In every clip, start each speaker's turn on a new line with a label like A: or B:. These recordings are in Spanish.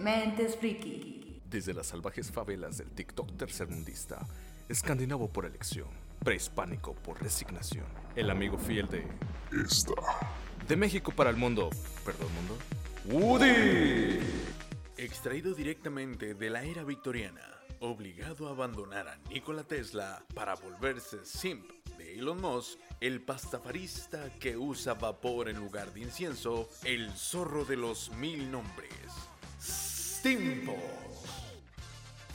A: Mentes Friki.
B: Desde las salvajes favelas del TikTok tercermundista, escandinavo por elección, prehispánico por resignación, el amigo fiel de.
C: Esta
B: De México para el mundo. Perdón, mundo. ¡Woody!
D: Extraído directamente de la era victoriana, obligado a abandonar a Nikola Tesla para volverse simp de Elon Musk, el pastafarista que usa vapor en lugar de incienso, el zorro de los mil nombres. Stimpos.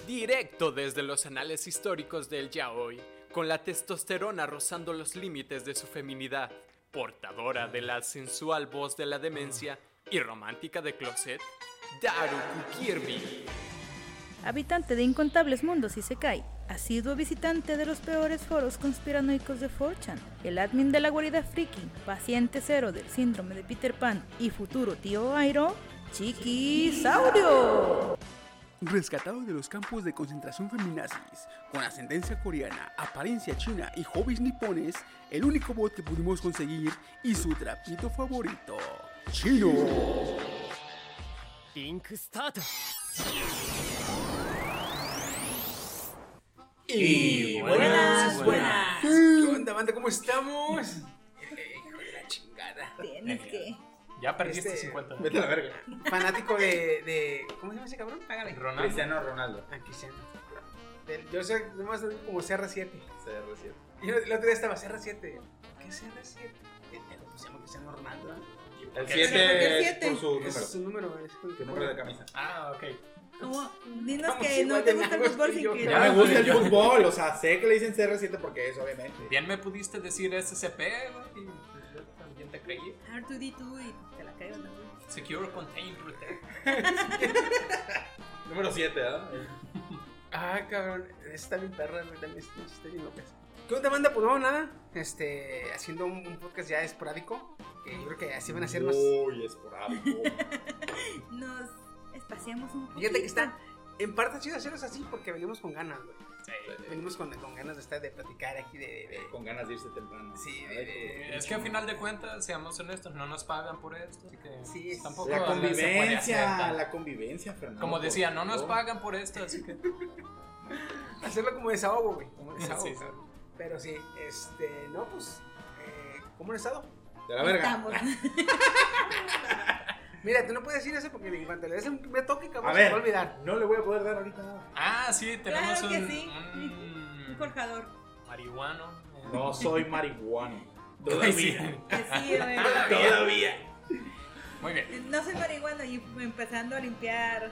E: Directo desde los anales históricos del yaoi, con la testosterona rozando los límites de su feminidad, portadora de la sensual voz de la demencia y romántica de closet, Daruku Kirby.
F: Habitante de incontables mundos y se cae, asiduo visitante de los peores foros conspiranoicos de 4chan, el admin de la guarida friki, paciente cero del síndrome de Peter Pan y futuro tío Airo, Chiquisaurio.
G: Rescatado de los campos de concentración feminazis, con ascendencia coreana, apariencia china y hobbies nipones, el único bot que pudimos conseguir y su trapito favorito, Chino.
H: リンクスタート
A: Y buenas, buenas.
G: ¿Qué onda, banda? ¿Cómo estamos? Eh, Hijo de la chingada.
A: Tienes que.
E: Ya perdiste
G: Este,
E: 50.
G: Vete a la verga. Fanático de, de- ¿Cómo se llama ese cabrón? Págale.
E: Ronaldo.
G: Cristiano Ronaldo. Ah, Cristiano. Del- Yo sé, nomás digo como CR7. CR7. Y el el otro día estaba CR7. ¿Qué es CR7? Eh, eh, pues Se llama Cristiano Ronaldo.
I: El
F: Porque
I: 7
F: el
I: es
F: siete.
I: por su
G: Ese es
I: número,
G: su número, es el que
I: su número de camisa.
E: Ah, ok.
A: ¿Cómo? Dinos
G: Vamos,
A: que no
G: igual
A: te
G: de
A: gusta el
G: nagos
A: fútbol
G: que
A: sin
G: yo.
A: que.
I: Ya me gusta el fútbol, o sea, sé que le dicen CR7 porque es, obviamente.
E: Bien me pudiste decir SCP, güey. y Yo también te creí.
A: R2D2 y te la caigo también.
E: Secure, Contain, Protect.
I: Número 7, ¿eh?
G: Ah, cabrón, está bien perra, güey, también está, está bien loca. ¿Qué onda, banda? Pues no, nada. Este, haciendo un, un podcast ya esporádico. Que yo creo que así van a ser más.
I: Muy esporádico.
A: Nos espaciamos un poco.
G: Fíjate que está. En parte chido hacerlos así porque venimos con ganas, güey. Venimos con, con ganas de estar, de platicar aquí, de. de- de-
I: Con ganas de irse temprano.
G: sí,
I: A
G: de-
I: ver,
G: de-
E: Es que al final de cuentas, seamos honestos, no nos pagan por esto. Así que
G: Sí, es-
E: pues, tampoco
I: La
E: se puede hacer
I: convivencia,
E: tanto.
I: la convivencia, Fernando.
E: Como decía, no nos
I: pagan
E: pagan por esto, así que.
G: Hacerlo como desahogo, güey. Como desahogo.
E: Sí, sí.
G: cabrón. Pero sí, este, no, pues. eh, ¿Cómo han estado?
I: De la verga.
A: Estamos.
G: Mira, tú no puedes decir eso porque en cuanto le des un primer toque,
I: A
G: cabrón, se te va a
I: ver,
G: olvidar.
I: no le voy a poder dar ahorita nada.
E: Ah, sí, tenemos
A: Claro que
E: un,
A: sí. Un
E: un
A: forjador.
E: marihuano. eh.
I: No soy marihuano.
E: Ay, sí.
A: Que sí,
G: Ah,
A: güey.
I: Todavía.
E: Muy bien.
A: No soy marihuana y empezando a limpiar.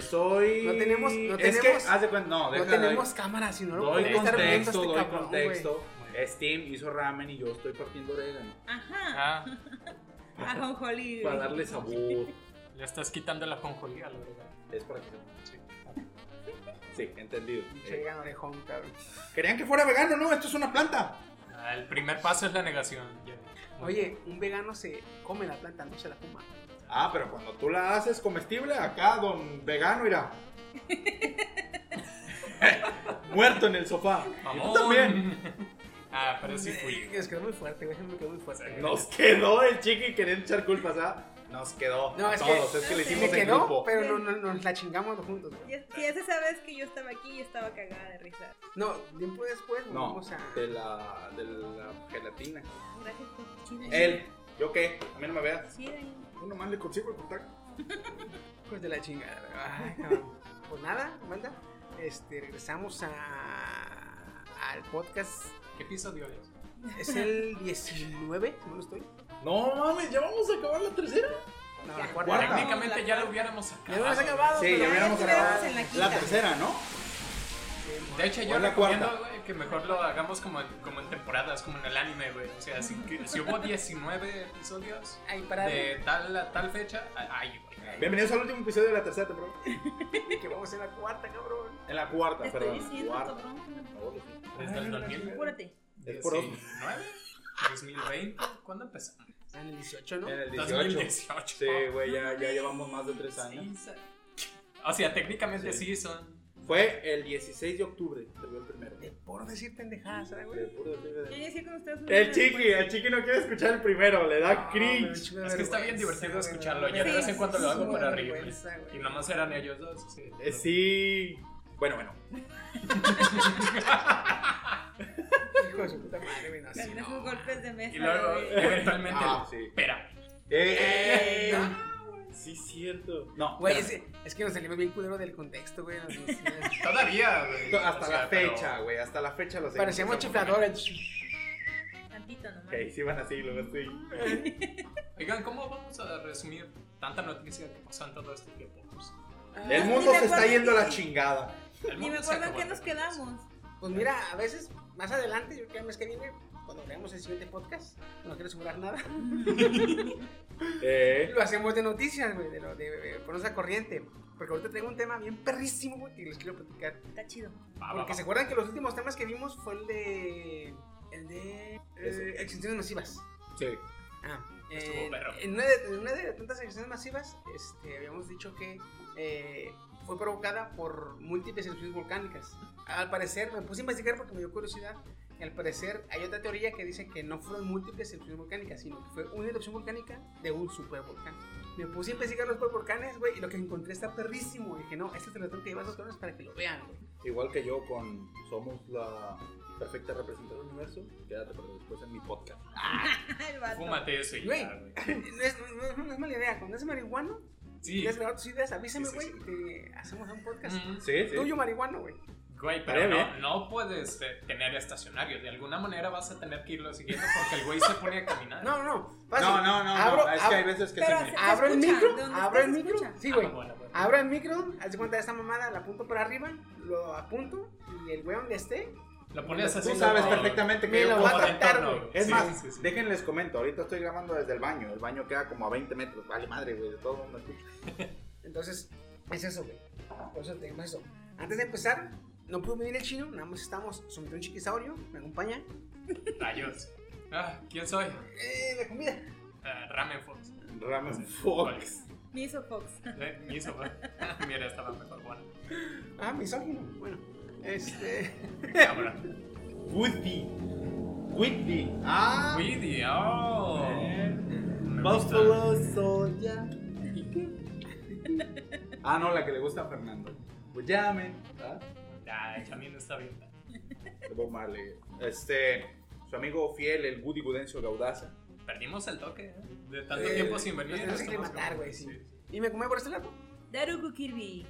I: Soy.
G: No tenemos- no
I: Es que,
G: tenemos-
I: haz de
J: pues,
I: cuenta, no,
G: No
I: déjala,
G: tenemos cámara, si no lo
I: Doy
G: podemos estar viendo a
I: contexto,
G: este
I: doy
G: cabrón, güey.
I: contexto. Steam hizo ramen y yo estoy partiendo orégano.
A: Ajá.
E: Ah,
A: Ajonjolí.
I: Para darle sabor.
E: le estás quitando la conjolía, la verdad.
I: Es para que se- Sí, Sí, entendido.
G: Pinche
I: Eh,
G: vegano orejón, cabrón.
I: Querían que fuera vegano, no, esto es una planta.
E: Ah, el primer paso es la negación. ya. Muy bien.
G: Oye, un vegano se come la planta, no se la fuma.
I: Ah, pero cuando tú la haces comestible, acá don vegano irá. Muerto en el sofá. Y tú
E: Mamón.
I: también.
E: Ah, pero sí fui.
G: Eh, Nos quedó muy fuerte, güey. Me quedó muy fuerte. güey.
I: Nos quedó el chiqui queriendo echar culpas, ¿ah? Nos quedó.
G: No,
I: No,
G: es que-
I: todos, es que le
A: no sé.
I: hicimos
G: Me
I: en
G: quedó,
I: grupo.
G: pero no, no, nos la chingamos juntos. güey.
A: Ya- Si esa sabes que yo estaba aquí y estaba cagada de risa.
G: No, tiempo después
I: No,
G: volvimos a.
I: de la, de la gelatina.
A: Gracias por chida.
I: Él, ¿yo qué? A mí no me veas.
A: Chida. ¿eh?
I: Yo nomás le consigo el contacto.
G: Pues de la chingada. güey. Ay, cabrón. pues nada, manda. Este, regresamos a. al podcast.
E: ¿Qué episodio es?
G: Es el 19, si no lo estoy.
I: No mames, ya vamos a acabar la tercera.
G: No, la
I: Cuarta.
G: cuarta.
E: Técnicamente ya lo hubiéramos
G: Ya lo hemos
E: sacado.
G: acabado.
I: Sí,
G: pero-
I: ya hubiéramos
A: estuviéramos
I: grabado
A: en la
I: la,
A: quinta.
I: tercera, ¿no?
E: De hecho, yo
I: O la
E: recomiendo
I: cuarta.
E: güey, que mejor lo hagamos como, como en temporadas, como en el anime, güey. O sea, si, que- si hubo 19 episodios
G: Ay, para
E: de tal a tal fecha, ay, güey.
I: Bienvenidos al último episodio de la tercera temporada.
G: que vamos en la cuarta, cabrón.
I: En la cuarta,
A: Te estoy
I: perdón.
A: diciendo,
I: cuarta.
A: cabrón.
E: Desde el 2000.
A: Apúrate.
I: Es por otro.
E: 19, 2020, ¿cuándo empezamos?
G: En el 18, ¿no?
I: En el 18.
E: 2018.
I: Sí, güey, ya, ya llevamos más de tres años.
E: Sí, sí. O sea, técnicamente sí, son
I: Fue el 16 de octubre, se vio el primero.
G: Por decir pendejadas, ¿eh, güey.
I: El puro decir
A: Yo
I: de-
A: inicié con ustedes. un
I: El
A: momento
I: chiqui,
A: después.
I: el chiqui no quiere escuchar el primero, le da cringe.
E: Es que está bien divertido escucharlo. Yo de
A: Sí,
E: vez en cuando lo
A: sí,
E: hago para
A: me
E: reírme.
A: vergüenza, güey.
E: Y nomás eran ellos dos. Sí.
I: Eh, Sí. Bueno, bueno.
G: Hijo de su puta madre, güey. no,
A: Con
G: sí, no.
A: esos golpes de mesa.
E: Y luego,
A: güey.
E: eventualmente,
I: Ah, sí.
E: espera.
I: Eh, sí, cierto. No,
G: Güey,
I: espera.
G: es, es que nos salimos bien culero del contexto, güey. Nos- nos-
E: Todavía, güey.
I: hasta
E: O sea,
I: la
E: pero-
I: fecha, güey. Hasta la fecha los
G: parecíamos chifladores.
A: Tantito nomás.
I: Ok, sí van así, luego así.
E: Oigan, ¿cómo vamos a resumir tanta noticia que pasó en todo este tiempo? Pues,
I: El
A: Ah, ni
I: mundo
A: me
I: se está
A: acuerdo
I: yendo a
A: que-
I: la chingada.
E: el
A: Ni me
E: mundo se
A: acuerdo en
E: acabó.
A: qué nos quedamos.
G: Pues mira, a veces, más adelante, yo creo que el mes que viene, cuando veamos el siguiente podcast, no quiero asegurar nada.
I: Eh,
G: Lo hacemos de noticias, güey, de, lo- de, de ponernos a corriente. Porque ahorita traigo un tema bien perrísimo, güey, que les quiero platicar.
A: Está chido.
E: Va, va,
G: Porque
E: va.
G: se acuerdan que los últimos temas que vimos fue el de. El de. eh, extinciones masivas.
I: sí.
G: Ah,
E: Estuvo
G: eh,
E: perro.
G: en, una de, en una de tantas extinciones masivas, este, habíamos dicho que eh, fue provocada por múltiples erupciones volcánicas. Al parecer, me puse a investigar porque me dio curiosidad. y al parecer, hay otra teoría que dice que no fueron múltiples erupciones volcánicas, sino que fue una erupción volcánica de un supervolcán. Me puse a investigar los volcanes, güey, y lo que encontré está perrísimo. Y dije, no, este te lo tengo que llevar a los cabrones para que lo vean, güey.
I: Igual que yo con Somos la perfecta representante del universo, quédate para después en mi podcast.
A: El vato.
E: Fúmate eso y ya, güey.
G: No es, no- no- no es mala idea. Cuando es marihuano,
E: Sí.
G: quieres grabar tus ideas, avísame,
E: Sí, sí,
G: güey,
E: sí.
G: y te hacemos un podcast.
E: Mm.
I: Sí, sí.
G: Tuyo marihuano, güey.
E: Güey,
I: Estaría
E: pero no,
I: bien.
E: no puedes eh, tener estacionario. De alguna manera vas a tener que irlo siguiendo porque el güey se pone a caminar.
G: No, no, fácil.
I: No, no, no, no,
G: Abro,
I: es que
G: abro-
I: hay veces que
A: Pero
I: se
A: se-
I: me...
G: abro el
A: escucha,
G: micro,
A: ¿de dónde
G: abro
A: estás
G: el micro.
A: escucha?
G: Sí, güey.
E: Ah, bueno, bueno.
G: Abro el micro, haz de cuenta de esta mamada, la apunto para arriba, lo apunto y el güey donde esté.
E: Lo pones así.
I: Tú sabes
E: como-
I: perfectamente que
G: Me
I: yo
G: lo
E: como
G: va
I: como
G: a
E: de
G: tratar,
E: entorno,
G: güey.
I: Es
E: Sí,
I: más,
E: sí, sí.
I: déjenles comento, ahorita estoy grabando desde el baño, el baño queda como a 20 metros, vale madre, güey, de todo el mundo escucha.
G: Entonces, es eso, güey. Por eso tenemos eso. Antes de empezar, no pudo venir el chino, nada más estamos sometido un chiquisaurio, me acompaña.
E: Rayos. Ah, ¿Quién soy?
G: Eh, la comida.
E: Ah, Ramen Fox.
I: Ramen Fox.
A: Me hizo Fox.
E: Eh, me hizo, güey. Mira, estaba mejor. Bueno,
G: Ah, misógino. Bueno, este.
E: cabrón.
I: Woody. Whitby. Ah.
E: Weedy, oh. Me gusta.
I: Buffalo Soya. ah, no, la que le gusta a Fernando. Pues llamen. ¿ah?
E: Ah, también está bien.
I: De Bob Marley. Este, su amigo fiel, el Woody Gudencio Gaudaza.
E: Perdimos el toque, ¿eh? De tanto
G: Eh,
E: tiempo sin venir.
G: nos tenemos que
E: estamos
G: matar,
E: como-
G: güey, sí. ¿Y me comí por este lado?
A: Daruku Kirby.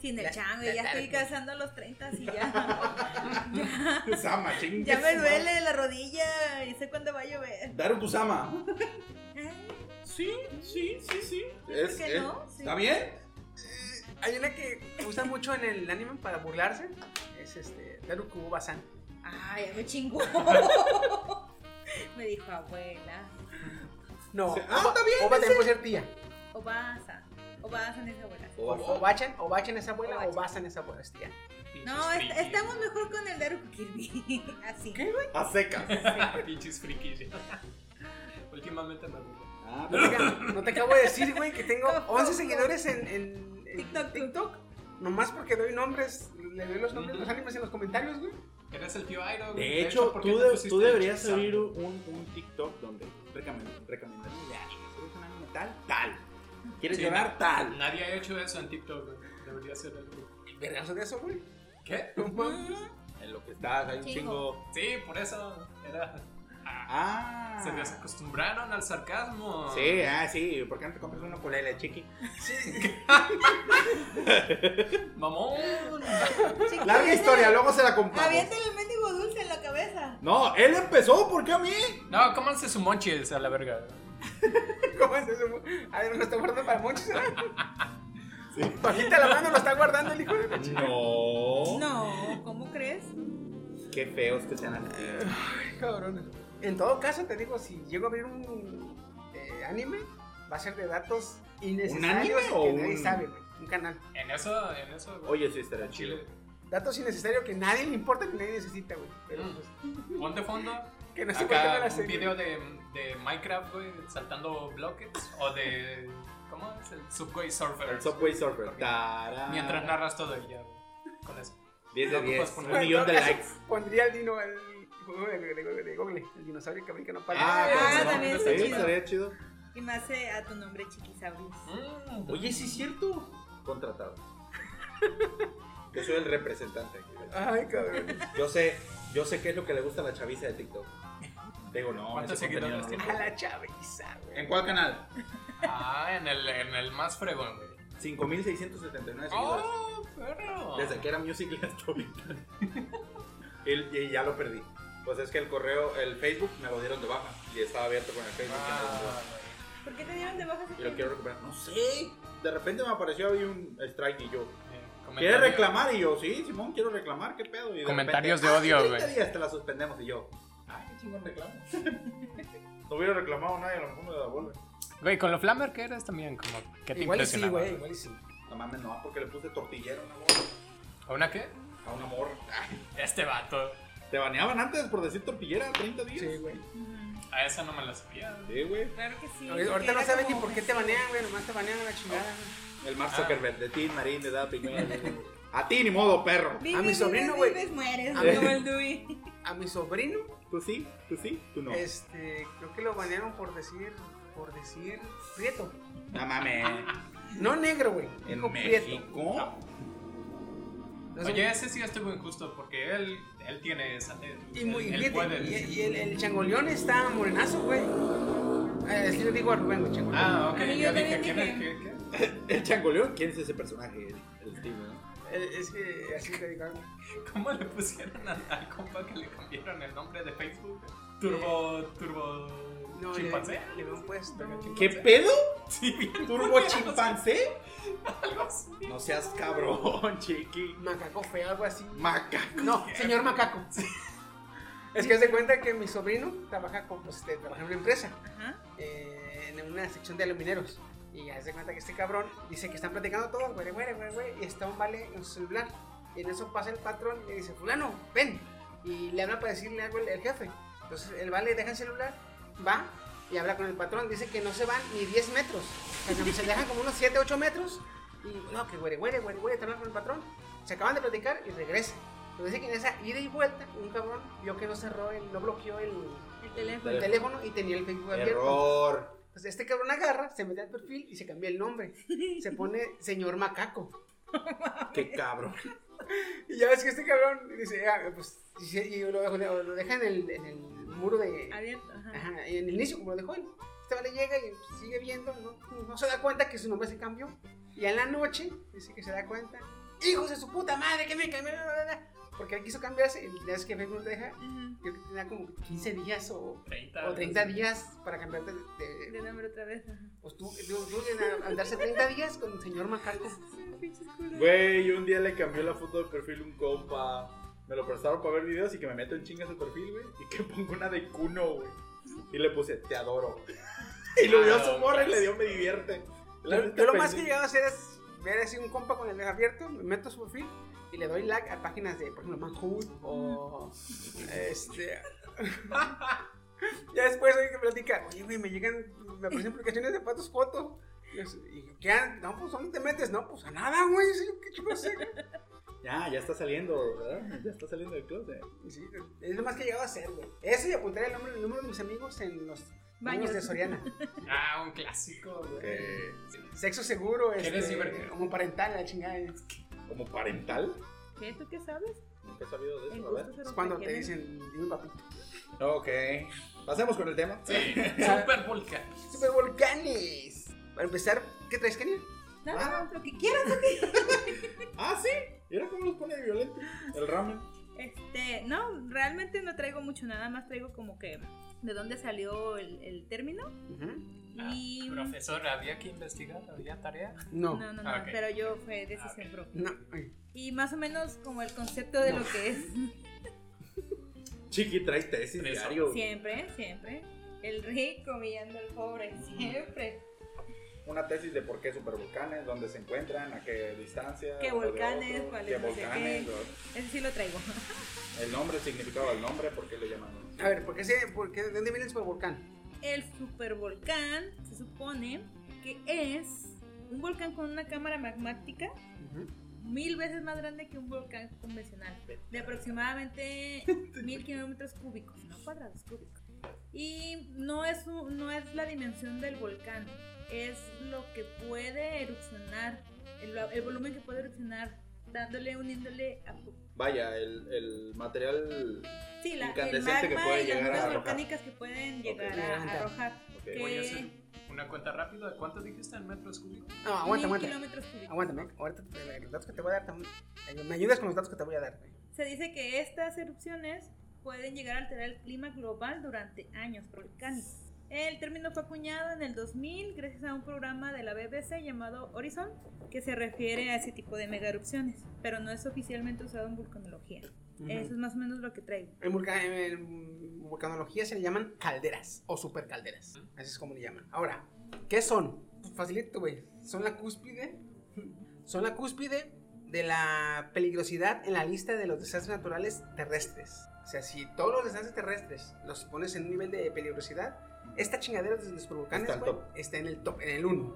A: Sin el
G: La-
A: chango,
G: la
A: ya estoy
G: Daruku.
A: casando a los 30 y ya.
I: Sama, chingue
A: Ya me
I: su
A: duele la rodilla y sé cuándo va a llover.
I: madre. Daruku Sama.
A: Ay,
I: Sí, sí, sí, sí.
A: ¿Por qué no? Sí.
I: ¿Está bien?
G: Hay una que usa mucho en el anime para burlarse. Es este. Daruku Basan.
A: Ay, ya me chingó. me dijo abuela.
G: No.
I: Sí. Ah,
G: Oba-
I: está bien,
G: Oba también puede ser tía.
A: Obasa. Obasa es abuela.
G: O Bachan, o Bachan es abuela, o
A: Obachan.
G: Basan es abuela, es tía.
A: No, est-
E: Pinches frikis.
A: estamos mejor con el Daruku Kirby. Así.
I: A secas.
E: Pinches frikis. Últimamente me burlo.
I: Ah, pero-
G: Oiga, no te acabo de decir, güey, que tengo
A: ¿Cómo?
G: 11 seguidores en, en- en
A: TikTok.
G: TikTok. Nomás porque doy nombres, le doy los nombres de los animes en los comentarios, güey.
E: Eres el tío Iron. güey.
I: De hecho,
E: ¿por qué
I: tú,
E: te
I: de-
E: pusiste
I: tú deberías
E: el
I: abrir un, un TikTok donde recomend- recomendarme de anime. ¿Quieres un anime tal? Tal. ¿Quieres
E: Sí,
I: llorar?
E: no.
I: Tal.
E: Nadie ha hecho eso en TikTok, güey. Debería ser algo.
G: Vergazo de eso, güey.
E: ¿Qué?
G: No mames.
I: En lo que estás, hay un
A: Chingo.
I: chingo.
E: Sí, por eso era. Ah,
I: Ah.
E: Se desacostumbraron al sarcasmo.
I: Sí, ah, sí. ¿Por qué no te compras una culera, chiqui?
E: Mamón.
A: Chiquita,
I: Larga historia, luego se la contamos.
A: Aviéntale el mendigo dulce en la cabeza.
I: No, él empezó, ¿por qué a mí?
E: No, cómanse su monchis a la verga.
G: ¿Cómo es eso? A ver, lo está guardando para Monchis, ¿verdad? Bajita la mano, lo está guardando el hijo de la chica.
I: No.
A: No, ¿cómo crees?
I: Qué feos que sean así.
G: Cabrón. En todo caso, te digo, si llego a abrir un eh, anime, va a ser de datos innecesarios
I: anime
G: que
I: o
G: nadie
I: un-
G: sabe, güey. Un canal.
E: En eso, en eso. güey,
I: Oye, sí, estará chido.
E: Chile.
G: Datos innecesarios que nadie le importa, que nadie necesita, güey. Pero
E: Mm.
G: pues,
E: Pon de fondo
G: que no se vuelvan a
E: acá
G: la
E: un
G: serie.
E: video de, de Minecraft, güey, saltando bloques. O de. ¿Cómo es? El Subway Surfer.
I: El Subway Surfer. Tará.
E: Mientras narras todo y ya, güey.
J: con eso.
I: 10 de
J: No ocupas
I: 10.
J: poner-
I: Un millón de likes.
G: Pondría el dino, el, el, el- el Google, el dinosaurio que brinca no para.
A: Ah,
I: pero
A: ah,
I: no,
A: también
I: sí,
A: está chido.
I: estaría chido.
A: Y más eh, a tu nombre, Chiquisaurus.
I: Oye, sí es cierto. Contratado. Yo soy el representante aquí. ¿verdad?
G: Ay, cabrón.
I: Yo sé, yo sé qué es lo que le gusta a la chaviza de TikTok. Digo, no,
J: ¿Cuántos
I: ese
J: seguidores
I: contenido
J: tiene?
G: A la chaviza, güey.
I: ¿En cuál canal?
J: Ah, en el, en el más fregón, güey.
I: 5679 seguidores.
J: ¡Oh, perro!
I: Desde que era Music hasta ahorita. El- y ya lo perdí. Pues es que el correo, el Facebook me lo dieron de baja y estaba abierto con el Facebook.
J: Ah,
A: ¿Por qué te dieron de baja ese
I: y lo
A: tiempo?
I: quiero recuperar. No sé. De repente me apareció ahí un strike y yo.
J: güey.
I: ¿Quieres
J: Comentario-
I: reclamar? Y yo, sí, Simón, quiero reclamar, ¿qué pedo? Y de
J: Comentarios
I: repente,
J: de odio,
I: "Ah, sí, 30
J: güey.
I: días te la suspendemos y yo. Ay, qué chingón reclamo. no hubiera reclamado nadie, a lo mejor me la devuelve.
J: Güey, con lo flammer que eres también, como, ¿qué te
G: Igual y sí,
J: impresionaba?
G: güey, igual y sí.
I: No mames, no, porque le puse tortillero a una morra.
J: ¿A una qué?
I: A una morra.
J: Este vato.
I: Te baneaban antes por decir tortillera 30 días.
G: Sí, güey.
A: Ujú,
J: A esa no me la sabía.
I: Sí, güey.
A: Claro que sí. porque
G: Ahorita no
A: era
G: saben ni
A: como-
G: por qué te banean, güey, nomás te banean a la chingada.
I: El Mark
J: Ah.
I: Zuckerberg, de ti, Marín, de Dati, A ti ni modo, perro.
A: Vives,
G: A mi sobrino,
A: vives,
G: güey.
A: Vives, mueres,
G: A ver.
A: como el Dewey.
G: A mi sobrino,
I: Tú sí, tú sí, tú no.
G: este, creo que lo banearon por decir, por decir prieto.
I: No mames.
G: No negro, güey.
I: ¿En
G: Dijo prieto.
I: México?
G: No sé-
J: Oye, ese sí estuvo injusto porque él, él tiene esa. Él,
G: Y, muy,
J: él
G: fíjate,
J: puede
G: y,
J: decir.
G: y el, el changoleón está morenazo, güey. Eh, Así le digo a Rubén, güey, changoleón.
J: Ah, ok,
A: Ah, yo
J: yo dije,
A: también
J: ¿quién es?
A: dije.
J: ¿Qué- qué?
I: El changoleón, ¿quién es ese personaje? El, el tío, ¿no?
G: Eh, Es que así le digo.
J: ¿Cómo le pusieron a- al compa que le cambiaron el nombre de Facebook? Turbo. Turbo.
G: No, le,
J: chimpancé.
G: le habían puesto.
I: ¿Qué pedo?
J: Sí, bien.
I: ¿Turbo chimpancé?
J: Algo así.
I: No seas cabrón, chiqui.
G: Macaco fue algo así.
I: Macaco.
G: No, señor macaco. Es que se cuenta que mi sobrino trabaja con, pues, este, trabaja en una empresa,
A: Ajá.
G: eh, en una sección de alumineros. Y ya se cuenta que este cabrón dice que están platicando todos, güey, güey, güey, güey, y está un vale en su celular. Y en eso pasa el patrón y le dice, fulano, ven. Y le habla para decirle algo el, el jefe. Entonces el vale deja el celular, va y habla con el patrón. Dice que no se van ni 10 metros. O sea, se dejan como unos 7, 8 metros. Y no, que güere, güere, güere, güere, está hablando con el patrón. Se acaban de platicar y regresa. Pero dice que en esa ida y vuelta, un cabrón vio que no cerró, el, no bloqueó el,
A: El teléfono.
G: el teléfono y tenía el Facebook abierto.
I: Error.
G: Entonces este cabrón agarra, se mete al perfil y se cambia el nombre. Se pone señor macaco.
I: Qué cabrón.
G: Y ya ves que este cabrón dice, ah, pues, y se- y lo, lo- lo deja en el, en el muro de...
A: Abierto. Ajá.
G: Ajá, en el inicio, como lo dejó él. Este vale llega y sigue viendo, no, no se da cuenta que su nombre se cambió. Y en la noche dice que se da cuenta, hijos de su puta madre, que me cambió, bla, bla, bla", porque él quiso cambiarse y ya es que Facebook te deja,
A: Ujú.
G: creo que te da como 15 días o,
J: 30.
G: o 30 días para cambiarte de,
A: De nombre otra vez. ajá.
G: Pues tú, tú, tú en a- andarse 30 días con el señor Macaco.
A: Pinches culos.
I: Güey, un día le cambió la foto de perfil un compa. Me lo prestaron para ver videos y que me meto en chinga su perfil, güey. Y que pongo una de cuno, güey. Y le puse, te adoro. Y lo dio a su morra y le dio, me divierte.
G: Ah,
I: La
G: Yo,
I: neta,
G: yo lo más que he
I: pensé-
G: llegado a hacer es ver así un compa con el dedo abierto, me meto a su perfil y le doy like a páginas de, por ejemplo, Manhood o. Este. ya después oye que platica, oye, güey, me llegan, me aparecen aplicaciones de patos fotos. Y yo, ¿y ¿qué? ha- No, pues, ¿dónde te metes? No, pues a nada, güey. sí, ¿Qué chico sé?
I: Ya, ya está saliendo, ¿verdad? Ya está saliendo del closet.
G: Y sí, es lo más que he llegado a hacer, güey. Eso y apuntar el nombre, el número de mis amigos en los baños
A: Baños.
G: de Soriana.
J: Ah, un clásico, güey.
I: Que,
G: Sexo seguro,
J: ¿Quieres
G: este,
J: divertido?
G: como parental, la chingada. Es
I: como parental.
A: ¿Qué? ¿Tú qué sabes?
I: Nunca he sabido de
A: En
I: eso, a ver.
A: gustos erotic-
G: cuando te
A: género.
G: dicen, dime papito.
I: Ok. Pasemos con el tema.
J: Sí, super vulcan.
G: Super volcanes. Para empezar, ¿qué traes, Kenia?
A: Nada, lo que quieras. lo que-
I: Ah, sí. Mira cómo los pone de violento. El ramen.
A: Este, no, realmente no traigo mucho, nada más traigo como que de dónde salió el, el término.
J: Ah,
A: Y.
J: Profesor, había que investigar, había tarea.
G: No.
A: No, no, no,
J: Ah, ok.
A: pero yo fue decisión
J: Ah, ok.
A: propia.
G: No.
A: Y más o menos como el concepto de lo que es
I: Chiqui trae tesis
J: Tres
I: diario.
A: siempre, siempre. El rico humillando al pobre, siempre.
I: Una tesis de por qué supervolcanes, dónde se encuentran, a qué distancia.
A: ¿Qué
I: uno de
A: volcanes?
I: otro,
A: ¿Cuáles
I: qué
A: no sé
I: volcanes,
A: qué? Ese sí lo traigo.
I: lo- el nombre, el significado del nombre, por qué lo llaman.
G: A ver, ¿por qué se, por qué, ¿de dónde viene el supervolcán?
A: El supervolcán se supone que es un volcán con una cámara magmática mil veces más grande que un volcán convencional, de aproximadamente mil kilómetros cúbicos, no cuadrados, cúbicos. Y no es, un- no es la dimensión del volcán, es lo que puede erupcionar, el, el volumen que puede erupcionar, dándole un índole a
I: Vaya, el, el material.
A: Sí, la, el
I: Incandescente que
A: magma
I: puede
A: y las
I: llegar a
A: nubes
I: arrojar.
A: volcánicas que pueden llegar a
G: Levantar.
A: arrojar.
I: Ok,
A: que
J: Voy a hacer una cuenta rápida. de ¿Cuánto dijiste en metros cúbicos?
G: No, aguanta,
A: mil
G: aguanta.
A: kilómetros cúbicos.
G: Aguántame. Ahorita te- los datos que te voy a dar. también- Me ayudas con los datos que te voy a dar. güey.
A: Se dice que estas erupciones pueden llegar a alterar el clima global durante años volcánicos. El término fue acuñado en el 2000 gracias a un programa de la BBC llamado Horizon que se refiere a ese tipo de mega erupciones, pero no es oficialmente usado en vulcanología. Eso es más o menos lo que traigo.
G: En, vulca- en vulcanología se le llaman calderas o supercalderas. Así es como le llaman. Ahora, ¿qué son? Pues, Facilito, güey. Son la cúspide. Son la cúspide de la peligrosidad en la lista de los desastres naturales terrestres. O sea, si todos los desastres terrestres los pones en un nivel de peligrosidad, esta chingadera de los volcanes
I: Está al
G: güey,
I: top.
G: está en el top, en el 1.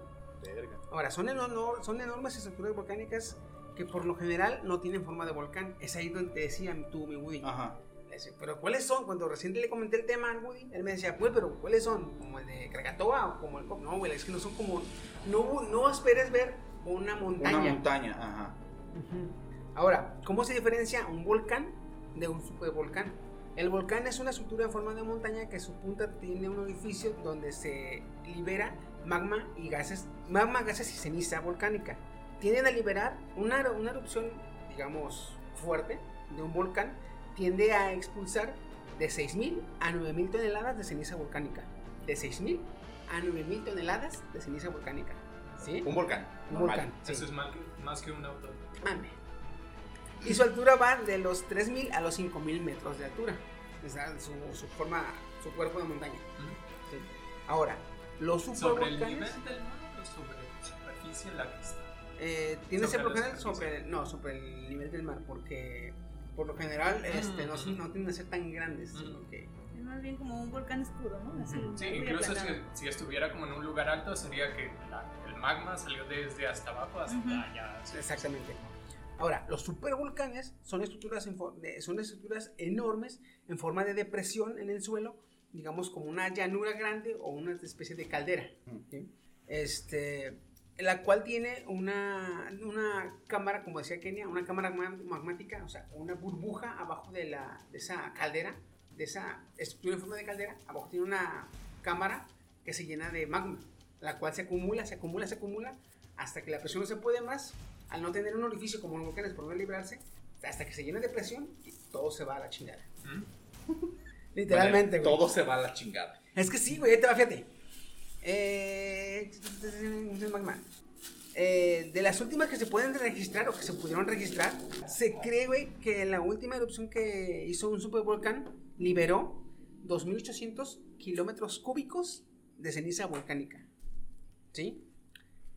I: Verga.
G: Ahora, son, eno- son enormes estructuras volcánicas que por lo general no tienen forma de volcán. Es ahí donde te decían tú, mi Woody.
I: Ajá.
G: Le decía, pero ¿cuáles son? Cuando recién le comenté el tema al Woody, él me decía, pues, pero ¿cuáles son? ¿Como el de Krakatoa o como el... Cop-?" No, güey, es que no son como... No, hubo- no esperes ver una montaña.
I: Una montaña, ajá.
G: Ujú. Ahora, ¿cómo se diferencia un volcán de un supervolcán? El volcán es una estructura en forma de montaña que su punta tiene un orificio donde se libera magma y gases, magma, gases y ceniza volcánica. Tienden a liberar una, eru- una erupción, digamos, fuerte de un volcán, tiende a expulsar de 6.000 a 9.000 toneladas de ceniza volcánica. De 6.000 a 9.000 toneladas de ceniza volcánica. ¿Sí?
I: Un volcán.
G: Un
I: normal.
G: volcán. sí.
J: Eso es mal- más que un auto.
G: Amén. Y su altura va de los 3.000 a los 5.000 metros de altura. O sea, su, su forma, su cuerpo de montaña. Sí. Ahora, los
J: Sobre el
G: supervolcanes...
J: nivel del mar o sobre la superficie en la que está.
G: Eh, tiene
J: sobre
G: supervolcanes
J: la
G: sobre, no, sobre el nivel del mar, porque por lo general este, no, son- no tienden a ser tan grandes.
J: Mm.
G: sino que-
A: Es más bien como un volcán escudo, ¿no? Así,
J: Sí,
A: muy
J: incluso si,
A: aplanado.
J: si estuviera como en un lugar alto, sería que la- el magma salió desde hasta abajo hasta
A: Ujú.
J: allá.
G: Exactamente. Ahora, los supervolcanes son estructuras, en for- de- son estructuras enormes en forma de depresión en el suelo, digamos como una llanura grande o una especie de caldera, ¿sí? este, la cual tiene una, una cámara, como decía Kenia, una cámara mag- magmática, o sea, una burbuja abajo de, la, de esa caldera, de esa estructura en forma de caldera, abajo tiene una cámara que se llena de magma, la cual se acumula, se acumula, se acumula, hasta que la presión no se puede más, al no tener un orificio como los volcanes por no librarse, hasta que se llena de presión y todo se va a la chingada.
J: ¿Mm?
G: Literalmente, güey.
I: Todo se va a la chingada.
G: Es que sí, güey, ahí te va, fíjate. Eh, magma. Eh, de las últimas que se pueden registrar o que se pudieron registrar, se cree, güey, que la última erupción que hizo un supervolcán liberó 2.800 kilómetros cúbicos de ceniza volcánica. ¿Sí?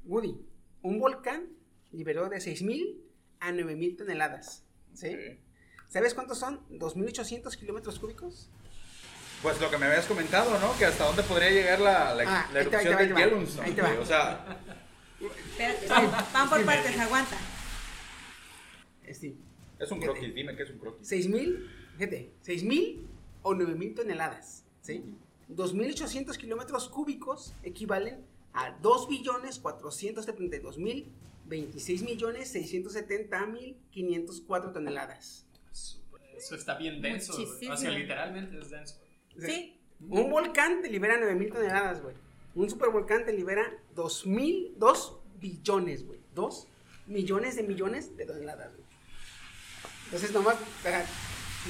G: Woody, un volcán liberó de 6.000 a 9.000 toneladas. ¿Sí? ¿Sabes cuántos son 2.800 kilómetros cúbicos?
I: Pues lo que me habías comentado, ¿no? Que hasta dónde podría llegar la, la,
G: Ah,
I: la
G: ahí te va, ahí te va,
I: erupción del
G: ahí te va.
I: Yellowstone.
G: Ahí te va.
I: güey. O sea,
A: Espérate, van- van por partes, aguanta.
G: Eh, Sí.
I: es un
G: Fíjate.
I: croquis. Dime que es un croquis.
G: 6.000, fíjate, 6.000 o 9.000 toneladas, ¿sí? 2.800 kilómetros cúbicos equivalen a 2.472.026.670.504 toneladas.
J: Eso, eso está bien denso. güey. O sea,
A: Muchísimo.
J: literalmente es denso.
G: O sea,
A: Sí,
G: Un volcán te libera 9.000 toneladas, güey. Un supervolcán te libera 2.000, 2 billones, güey. 2 millones de millones de toneladas, güey. Entonces, nomás, o sea,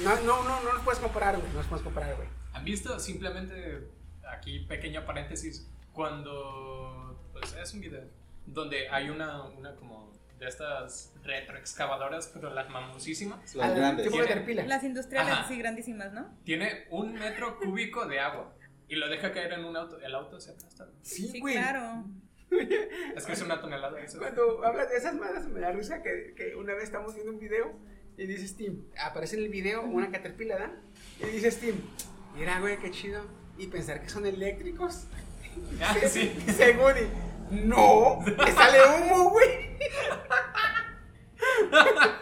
G: no, no, no, no los puedes comparar, güey. No los puedes comparar, güey.
J: ¿Han visto? Simplemente aquí pequeño paréntesis, cuando pues es un video donde hay una, una como de estas retroexcavadoras, pero las mamoncísimas,
I: Las
G: Al
I: grandes.
G: tipo
J: Tiene-
G: Caterpillar.
A: las industriales
J: Ajá.
A: así grandísimas, ¿no?
J: tiene un metro cúbico de agua y lo deja caer en un auto, el auto se aplasta.
A: Sí, claro.
J: Es que es una tonelada eso.
G: Cuando hablas de esas madres me da risa que, que una vez estamos viendo un video y dice Steam, aparece en el video una caterpillar, ¿da? Y dice Steam, mira güey, qué chido. Y pensar que son eléctricos.
J: Ah, sí.
G: Dice Woody, no, que sale humo, güey.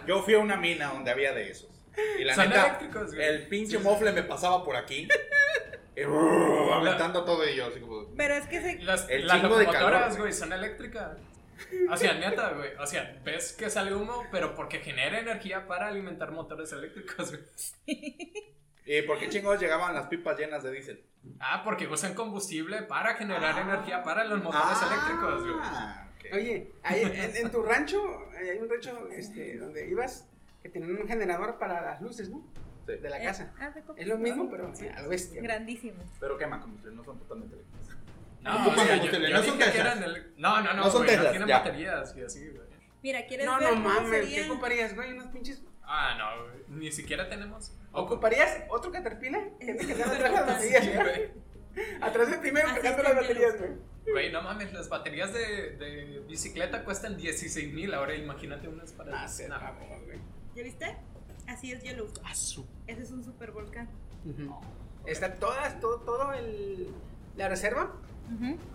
I: Yo fui a una mina donde había de esos. Y la
J: Son
I: neta,
J: eléctricos, güey.
I: el pinche mofle me pasaba por aquí. y, uh, aventando todo y yo así como...
A: Pero es que se...
J: Las,
I: El
J: las
I: chingo de
J: locomotoras,
I: calor,
J: güey, son eléctricas. O sea, neta, güey. O sea, ves que sale humo, pero porque genera energía para alimentar motores eléctricos, güey.
I: ¿Y por qué chingados llegaban las pipas llenas de diésel?
J: Ah, porque usan combustible para generar energía para los motores eléctricos, güey.
I: Ah, ok.
G: Oye, ahí en, en tu rancho, ahí hay un rancho este, donde ibas que tenían un generador para las luces, ¿no?
K: Sí.
G: De la casa.
A: Ah, de coco.
G: Es lo mismo, pero a lo bestia.
A: Grandísimo.
K: Pero queman combustible, no son totalmente eléctricos.
J: No,
I: Ocupan
J: o sea, yo-
I: combustible,
J: yo
I: no
J: dije
I: son
J: que
I: Teslas.
J: eran ele- No, no, no,
I: No son
J: güey,
I: Teslas,
J: tienen
I: ya.
J: baterías y así, güey.
A: Mira, ¿quieres
G: No,
A: ver
G: no
A: cómo
G: mames,
A: sería?
G: ¿qué ocuparías, güey? Unos pinches.
J: Ah, no, güey. Ni siquiera tenemos.
G: ¿Ocuparías otro caterpillar? Que te quedaba atrás de las
A: Sí,
G: baterías,
J: güey.
G: güey. Atrás del primero
A: Así
G: cargando las
A: está bien,
G: baterías, güey.
J: Güey, no mames, las baterías de, de bicicleta cuestan 16 mil. Ahora imagínate unas para.
G: Ah, se
J: No.
G: mamó, güey.
A: ¿Ya viste? Así es Yellowstone. Ese es un supervolcán.
G: Está todas, todo, todo el. La reserva,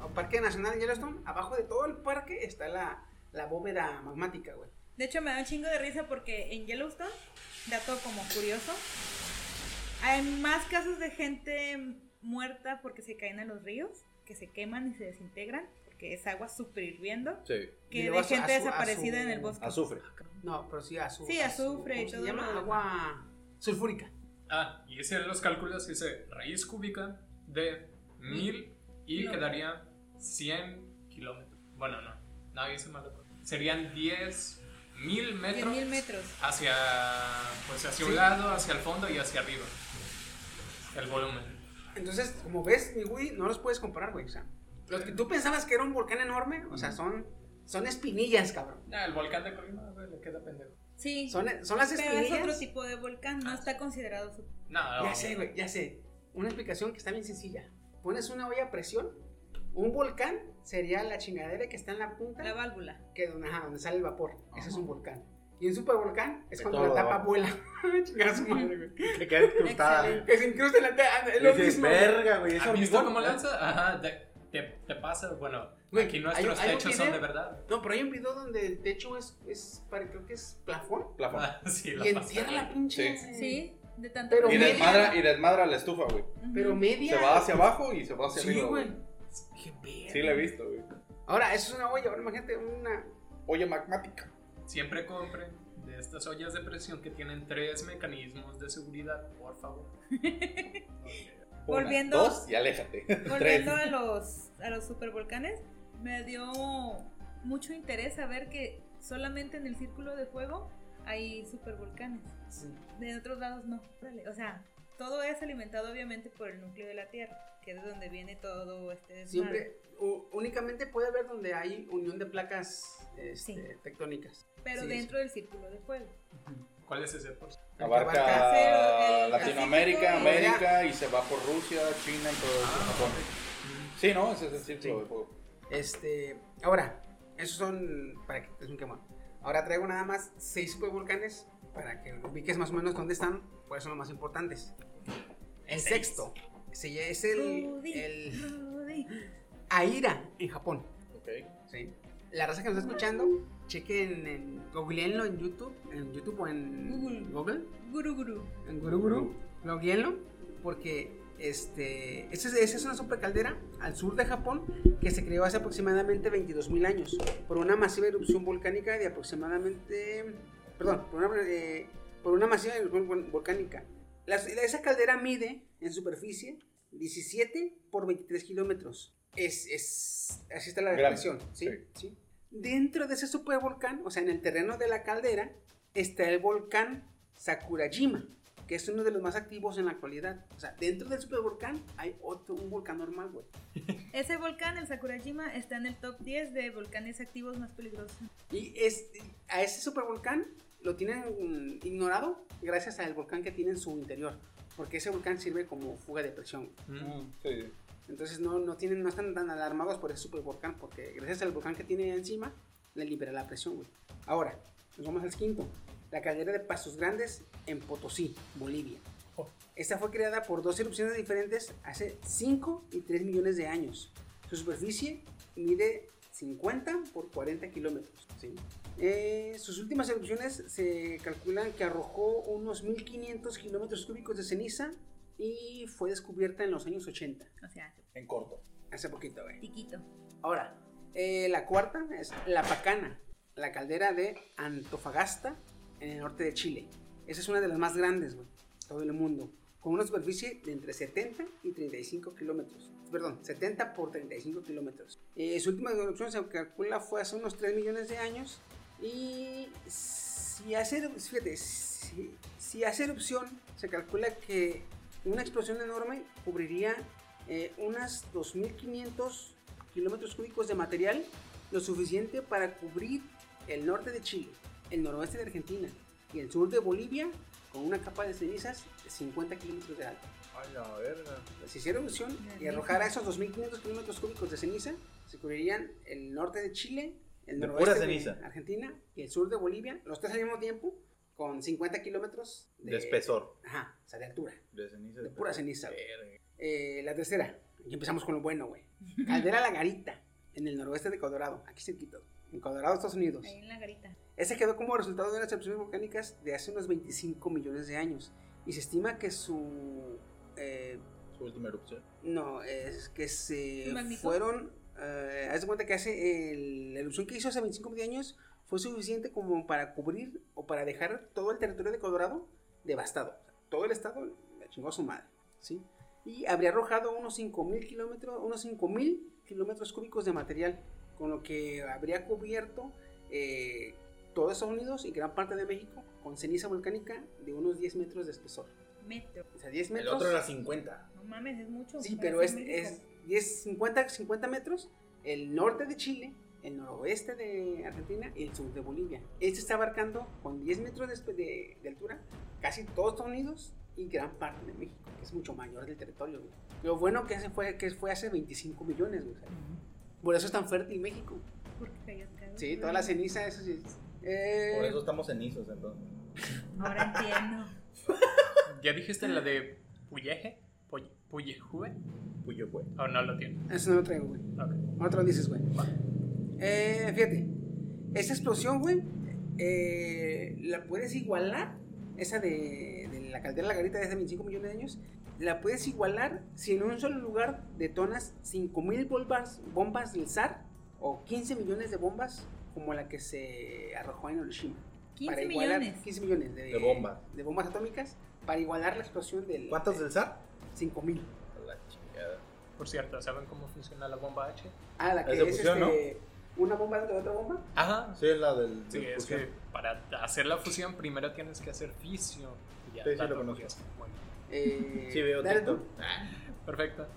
G: o Parque Nacional de Yellowstone, abajo de todo el parque está la, la bóveda magmática, güey.
A: De hecho, me da un chingo de risa porque en Yellowstone, dato como curioso, hay más casos de gente muerta porque se caen a los ríos, que se queman y se desintegran, porque es agua súper hirviendo,
I: Sí.
G: Y
A: que
G: luego
A: de
G: a su-
A: gente
G: a su- a
A: desaparecida
G: su-
A: en el bosque.
I: Azufre.
G: No, pero sí azufre.
A: Sí, azufre y
G: ¿cómo se
A: todo
G: llama?
A: lo-
G: Agua sulfúrica.
J: Ah, y hice los cálculos, hice raíz cúbica de 1000 y
A: No.
J: quedaría 100 kilómetros. Bueno, no, no, hice mal. Serían 10 mil metros,
A: 10.000 metros.
J: hacia, pues hacia un lado, hacia el fondo y hacia arriba. El volumen.
G: Entonces, como ves, mi güey, no los puedes comparar, güey. O sea, los que tú pensabas que era un volcán enorme, o sea, son, son espinillas, cabrón.
J: Ah, el volcán de Colima, güey, le queda pendejo.
A: Sí,
G: Son, son las
A: pero es otro
G: espinillas.
A: tipo de volcán, no está considerado super.
J: No,
G: Ya sé, güey, ya sé. Una explicación que está bien sencilla. Pones una olla a presión, un volcán sería la chingadera que está en la punta,
A: La válvula.
G: que donde, ajá, donde sale el vapor. Ese es un volcán. Y un supervolcán es
I: De
G: cuando
I: todo
G: la tapa
I: abajo.
G: vuela. Chingada su madre, güey.
K: Que queda incrustada.
A: Excelente.
G: Que se incruste la tapa. Es lo
K: Dices,
G: mismo. güey.
K: verga, güey.
J: ¿Has visto cómo lanza? Ajá, te, te, te pasa. Bueno,
G: Güey,
J: aquí
G: hay-
J: nuestros
G: hay un
J: techos son de
G: video-
J: verdad.
G: No, pero hay un video donde el techo es, es para, creo que es plafón.
I: Plafón.
J: Ah, sí, la
G: Y
J: pasa.
G: encierra la pinche.
A: Sí, de tanto.
G: Pero
I: Y
G: mira.
I: desmadra, y desmadra la estufa, güey.
A: Ujú.
G: Pero media.
I: Se va hacia abajo y se va hacia
G: Sí,
I: arriba.
G: güey.
I: güey.
G: Qué verga.
I: Sí, la he visto, güey.
G: Ahora, eso es una olla. Ahora imagínate una.
I: Olla magmática.
J: Siempre compren de estas ollas de presión que tienen tres mecanismos de seguridad, por favor.
I: Una,
A: Volviendo-
I: Dos y aléjate. Tres.
A: Volviendo a los, a los supervolcanes, me dio mucho interés saber que solamente en el círculo de fuego hay supervolcanes. De otros lados no. Dale, O sea, todo es alimentado obviamente por el núcleo de la Tierra, que es de donde viene todo este desmadre.
G: Siempre. u- únicamente puede haber donde hay unión de placas este,
A: Sí.
G: tectónicas.
A: Pero
G: sí,
A: dentro del círculo de fuego.
J: ¿Cuál es ese por cierto?
I: Abarca
A: Cero, el
I: Latinoamérica,
A: Pacífico,
I: América y se va por Rusia, China y todo eso. Japón. Sí, ¿no? Ese es el círculo
G: Sí.
I: de fuego.
G: Este. Ahora, esos son. Para que es un quemón. Ahora traigo nada más seis supervolcanes para que ubiques más o menos dónde están, cuáles son los más importantes. El sexto. Sí, es el,
A: Rudy,
G: el
A: Rudy.
G: Aira en Japón.
I: Ok.
G: ¿sí? La raza que nos está escuchando, chequen, en, googleenlo en YouTube, en YouTube o en
A: Google. Guru guru.
G: en Guru Guru, googleenlo, porque este, esa es, esa es una supercaldera al sur de Japón que se creó hace aproximadamente 22.000 años por una masiva erupción volcánica de aproximadamente, perdón, por una, eh, por una masiva erupción vol- volcánica. La- esa caldera mide en superficie 17 por 23 kilómetros. Es, es, así está la
I: Grande,
G: expresión. ¿sí?
I: sí.
G: ¿Sí? Dentro de ese supervolcán, o sea, en el terreno de la caldera, está el volcán Sakurajima, que es uno de los más activos en la actualidad. O sea, dentro del supervolcán hay otro, un volcán normal, güey.
A: Ese volcán, el Sakurajima, está en el top 10 de volcanes activos más peligrosos.
G: Y es, a ese supervolcán lo tienen mm, ignorado gracias al volcán que tiene en su interior, porque ese volcán sirve como fuga de presión.
I: Mm, Sí.
G: Entonces no, no, tienen, no están tan alarmados por ese supervolcán, porque gracias al volcán que tiene encima, le libera la presión, güey. Ahora, nos vamos al quinto. La caldera de Pasos Grandes en Potosí, Bolivia. Esta fue creada por dos erupciones diferentes hace 5 y 3 millones de años. Su superficie mide 50 por 40 kilómetros. ¿sí? Eh, sus últimas erupciones se calculan que arrojó unos 1500 kilómetros cúbicos de ceniza y fue descubierta en los años 80,
A: O sea, hace
L: En corto.
G: hace poquito. güey.
A: tiquito.
G: Ahora, eh, la cuarta es La Pacana, la caldera de Antofagasta, en el norte de Chile. Esa es una de las más grandes, güey, todo el mundo, con una superficie de entre 70 y 35 kilómetros. Perdón, 70 por 35 kilómetros. Eh, su última erupción se calcula fue hace unos 3 millones de años. Y si hace, eru- fíjate, si, si hace erupción, se calcula que una explosión enorme cubriría eh, unas 2.500 kilómetros cúbicos de material, lo suficiente para cubrir el norte de Chile, el noroeste de Argentina y el sur de Bolivia con una capa de cenizas de 50 kilómetros de alto.
I: Ay, la verga.
G: Si hiciera erupción y arrojara esos 2.500 kilómetros cúbicos de ceniza, se cubrirían el norte de Chile, el
I: De
G: noroeste
I: pura
G: de
I: ceniza.
G: Argentina y el sur de Bolivia, los tres al mismo tiempo, con 50 kilómetros
I: De espesor.
G: Ajá, o sea, de altura.
I: De ceniza.
G: De pura
I: espesor.
G: ceniza, güey. Eh, la tercera, y empezamos con lo bueno, güey. Caldera La Garita, en el noroeste de Colorado, aquí cerquita, en Colorado, Estados Unidos.
A: Ahí en la garita.
G: Ese quedó como resultado de las erupciones volcánicas de hace unos 25 millones de años. Y se estima que su. eh,
I: Su última erupción.
G: no, es que se
A: ¿Su magnitud?
G: fueron. eh, haz de cuenta que hace el- la erupción que hizo hace 25 de años fue suficiente como para cubrir o para dejar todo el territorio de Colorado devastado. Todo el estado la chingó a su madre, ¿sí? Y habría arrojado unos 5.000 kilómetros, unos 5.000 kilómetros cúbicos de material, con lo que habría cubierto eh, todo Estados Unidos y gran parte de México con ceniza volcánica de unos 10 metros de espesor.
A: Metro.
G: O sea, 10
L: El
G: metros.
L: otro era 50.
A: No mames, es mucho.
G: Sí,
A: para
G: pero es,
A: hacer México.
G: es 10, 50, 50 metros el norte de Chile, el noroeste de Argentina y el sur de Bolivia. Él se está abarcando con 10 metros de, de- de altura casi todos Estados Unidos y gran parte de México, que es mucho mayor del territorio. güey. Lo bueno que, hace fue, que fue hace 25 millones, güey, o sea, Por eso es tan fértil México.
A: Porque cayó acá.
G: Sí, toda la ceniza, eso sí. es- Eh,
I: Por eso estamos cenizos, entonces.
A: Ahora entiendo.
J: ¿Ya dijiste la de Puyeje? Puy- ¿Puyejue?
I: Puyo, güey.
J: ¿O no lo tiene?
G: Eso no lo traigo, güey.
J: Ok.
G: Otro dices, güey. Eh, fíjate, esa explosión, güey, eh, la puedes igualar, esa de, de la caldera de la garita de hace 25 millones de años, la puedes igualar si en un solo lugar detonas 5.000 bombas, bombas del SAR o 15 millones de bombas como la que se arrojó en Hiroshima.
A: 15
G: igualar-
A: millones.
G: 15 millones de,
I: De bombas.
G: de bombas atómicas para igualar la explosión del...
I: ¿Cuántos del SAR?
G: 5.000.
I: A la chingada.
J: Por cierto, ¿saben cómo funciona la bomba H?
G: Ah, la que
I: Es de
G: es
I: fusión,
G: este, una bomba dentro de otra bomba.
J: Ajá.
I: Sí, es Ah, la del.
J: Sí,
I: del
J: es
I: fusión.
J: que para hacer la fusión primero tienes que hacer fisión. Y ya,
I: Sí, sí, lo
J: tanto
I: conozco.
J: que haces. Bueno.
G: Eh,
I: Sí, veo
G: dale tú.
I: TikTok. Ah,
J: Perfecto.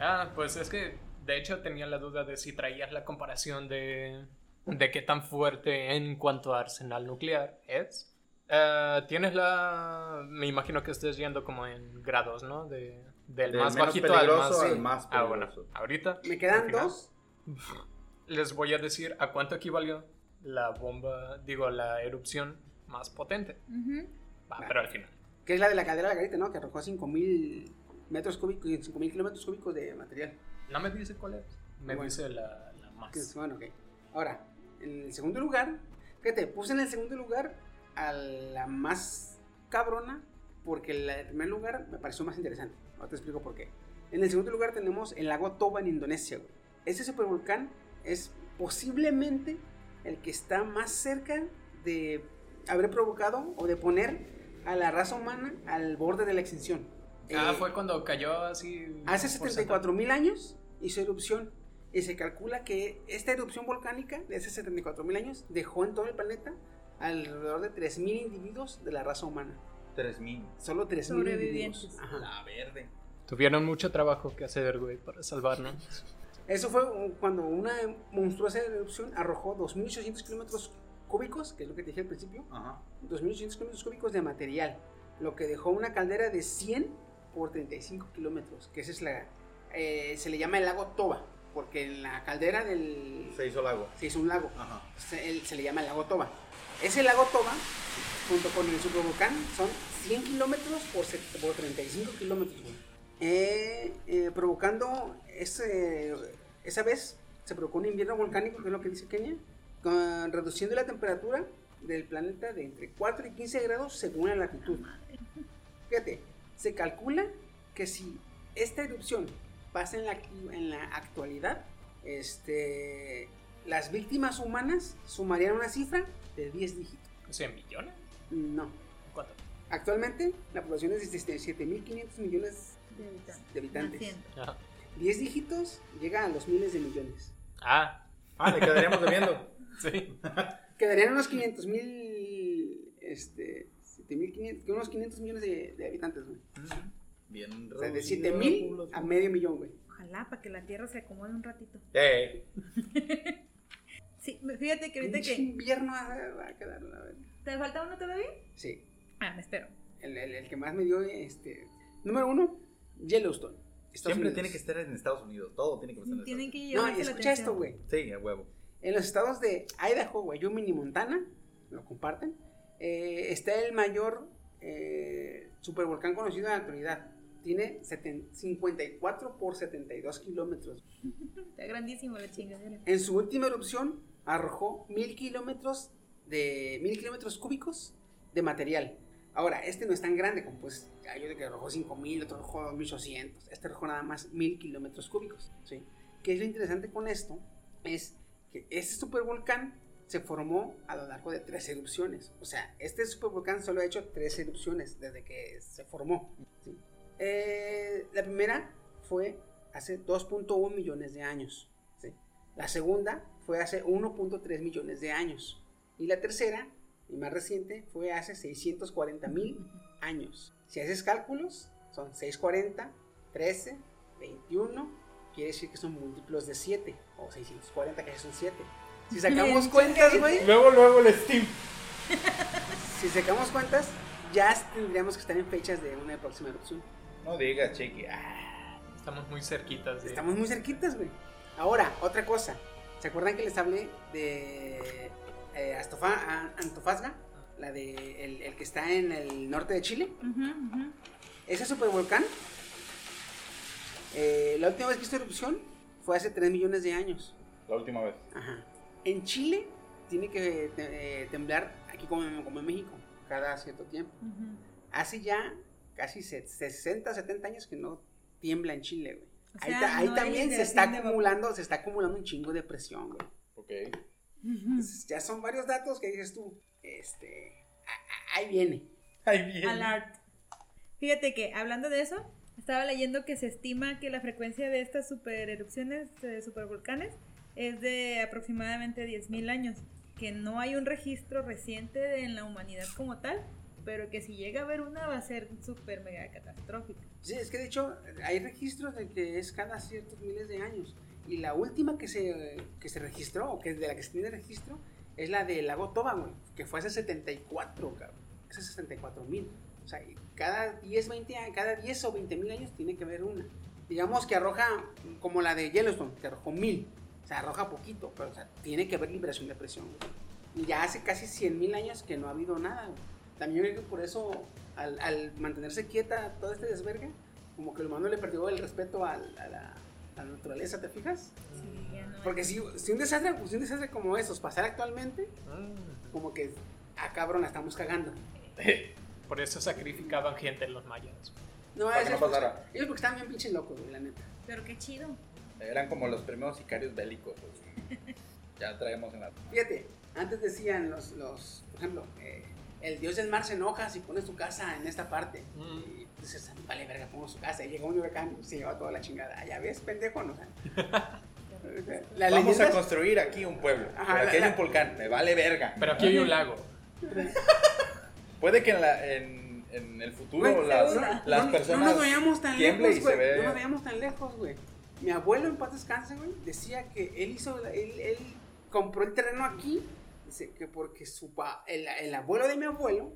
J: Ah, pues es que de hecho tenía la duda de si traías la comparación de, de qué tan fuerte en cuanto a arsenal nuclear es. Ah, tienes la... Me imagino que estés yendo como en grados, ¿no? De, del
I: Del
J: más
I: menos
J: bajito al más...
I: peligroso al
J: Sí.
I: más
J: ah, bueno.
I: peligroso.
J: Ahorita
G: Me
J: Al
G: quedan
J: final.
G: dos.
J: les voy a decir a cuánto equivalió la bomba, digo, la erupción más potente.
A: Ujú.
J: Va,
G: Va.
J: pero al final.
G: Que es la de la caldera de la garita, ¿no? Que arrojó 5.000 metros cúbicos, 5.000 kilómetros cúbicos de material.
J: No me dice cuál es. Me
G: Bueno.
J: dice la, la más.
G: Que es- bueno, ok. Ahora, en el segundo lugar, fíjate, puse en el segundo lugar a la más cabrona porque la del primer lugar me pareció más interesante. Ahora te explico por qué. En el segundo lugar tenemos el lago Toba en Indonesia, güey. Ese supervolcán es posiblemente el que está más cerca de haber provocado o de poner a la raza humana al borde de la extinción.
J: Ah,
G: Eh,
J: fue cuando cayó así.
G: Hace
J: por
G: 74 mil años hizo erupción y se calcula que esta erupción volcánica de hace 74 mil años dejó en todo el planeta alrededor de 3 mil individuos de la raza humana.
I: 3000.
G: Solo 3 mil
A: Sobrevivientes.
G: individuos. Ajá.
I: La verde.
J: Tuvieron mucho trabajo que hacer, güey, para salvarnos.
G: Eso fue un- cuando una monstruosa erupción arrojó 2.800 kilómetros cúbicos, que es lo que te dije al principio,
I: Ajá.
G: 2.800 kilómetros cúbicos de material, lo que dejó una caldera de 100 por 35 kilómetros, que esa es la... eh, se le llama el lago Toba, porque en la caldera del...
I: Se hizo lago.
G: se hizo un lago.
I: Ajá.
G: se, el- se le llama el lago Toba. Ese lago Toba, junto con el supervolcán, son 100 kilómetros por, se- por 35 kilómetros, güey. Eh, eh, provocando ese, esa vez se provocó un invierno volcánico, que es lo que dice Kenia, con- reduciendo la temperatura del planeta de entre 4 y 15 grados según la latitud. Fíjate, se calcula que si esta erupción pasa en la, en la actualidad, este, las víctimas humanas sumarían una cifra de 10 dígitos.
J: O sea, millones.
G: No.
J: ¿Cuánto?
G: Actualmente la población es de este, 7.500 millones
A: De habitantes.
G: de habitantes.
A: Naciendo.
J: Ajá.
G: 10 dígitos llega a los miles de millones.
J: Ah,
K: Ah, le quedaríamos debiendo.
J: sí.
G: Quedarían unos 500 mil, este, 7.500, que unos 500 millones de, de habitantes, güey.
K: Bien
G: O sea, de
K: reducida la
G: 7.000 a
K: población.
G: medio millón, güey.
A: Ojalá para que la tierra se acomode un ratito.
K: Eh,
A: Sí, me- fíjate que ahorita
G: Pinche
A: que.
G: invierno va va a quedar, la verdad.
A: ¿Te falta uno todavía?
G: Sí,
A: Ah, me espero.
G: el, el- el que más me dio, este, número uno, Yellowstone. Estados
K: siempre
G: Unidos.
K: tiene que estar en Estados Unidos. Todo tiene que estar en Estados
A: Tienen que
G: No,
A: llevar.
G: y escucha esto, güey.
K: Unidos. Sí, a huevo.
G: En los estados de Idaho, Wyoming y Montana, lo comparten, eh, está el mayor eh, supervolcán conocido en la actualidad. Tiene seten- 54 por 72 kilómetros.
A: Está grandísimo la chingadera.
G: En su última erupción arrojó mil kilómetros de mil kilómetros cúbicos de material. Ahora, este no es tan grande como pues hay otro que arrojó 5000, otro arrojó 2800. Este arrojó nada más mil kilómetros cúbicos. ¿sí? Que es lo interesante con esto es que este supervolcán se formó a lo largo de tres erupciones. O sea, este supervolcán solo ha hecho tres erupciones desde que se formó. ¿sí? Eh, la primera fue hace 2.1 millones de años. ¿sí? La segunda fue hace 1.3 millones de años. Y la tercera, y más reciente, fue hace 640 mil años. Si haces cálculos, son 640, 13, 21, quiere decir que son múltiplos de 7, o 640 que son 7. Si sacamos cuentas, güey,
K: Luego, luego el Steam.
G: si sacamos cuentas, ya tendríamos que estar en fechas de una próxima erupción.
K: No digas, Ah, cheque.
J: Estamos muy cerquitas de.
G: Estamos muy cerquitas, güey. Ahora, otra cosa. ¿Se acuerdan que les hablé de eh, Astofa- a- Antofagasta? La de el, el que está en el norte de Chile. Ese supervolcán, eh, la última vez que hizo erupción fue hace 3 millones de años.
K: La última vez.
G: Ajá. En Chile tiene que eh, temblar, aquí como, como en México, cada cierto tiempo. Hace ya casi se- 60, 70 años que no tiembla en Chile, güey.
A: O
G: Ahí,
A: sea,
G: ta- ahí
A: no hay
G: también se
A: liberación
G: está
A: de Mm.
G: acumulando, se está acumulando un chingo de presión, güey.
K: Ok.
G: Entonces, ya son varios datos que dices tú, este, a- a- ahí viene.
K: Ay, bien.
A: Alert. Fíjate que hablando de eso, estaba leyendo que se estima que la frecuencia de estas super erupciones, de supervolcanes, es de aproximadamente 10.000 años. Que no hay un registro reciente de- en la humanidad como tal, pero que si llega a haber una va a ser super mega catastrófica.
G: Sí, es que de hecho hay registros de que es cada ciertos miles de años. Y la última que se, que se registró, o que de la que se tiene registro, es la del lago Toba, güey, que fue hace 74, cabrón. Hace 64 mil. O sea, y cada 10, 20, a- cada 10 o 20 mil años tiene que haber una. Digamos que arroja, como la de Yellowstone, que arrojó mil. O sea, arroja poquito, pero o sea, tiene que haber liberación de presión. güey. Y ya hace casi 100 mil años que no ha habido nada, güey. También yo creo que por eso, al, al mantenerse quieta todo este desvergue, como que el humano le perdió el respeto al- a, la, a la naturaleza, ¿te fijas?
A: Sí, ya no hay-
G: Porque si, si un desastre, si un desastre como esos pasara actualmente,
J: Mm.
G: como que, ah, cabrón, la estamos cagando.
J: Por eso sacrificaban gente en los mayas.
G: No,
K: Para
G: es-
K: que no pasara.
G: ellos porque estaban bien pinches locos, güey, la neta.
A: Pero qué chido.
K: Eran como los primeros sicarios bélicos. pues. Ya traemos en la.
G: Fíjate, antes decían los, los por ejemplo, eh, el dios del mar se enoja si pones tu casa en esta parte. Y dices, "Ah, vale, verga, pongo su casa. Y llega un huracán y se lleva toda la chingada. Ah, Ya ves, pendejo, no. O sea, las
K: Vamos a
G: leyendas-
K: construir aquí un pueblo.
G: Ajá,
K: Por aquí
G: la-
K: hay un volcán. Me vale verga.
J: Pero aquí hay un lago.
K: Puede que en, la- en- en el futuro
G: Güey,
K: las,
G: no,
K: las
G: no,
K: personas.
G: No nos veíamos tan
K: tiemblen
G: lejos,
K: y se
G: güey.
K: ve-
G: No nos veíamos tan lejos, güey. Mi abuelo en paz descanse, güey, decía que él hizo, la- él, él compró el terreno aquí, dice que porque su pa- el, el abuelo de mi abuelo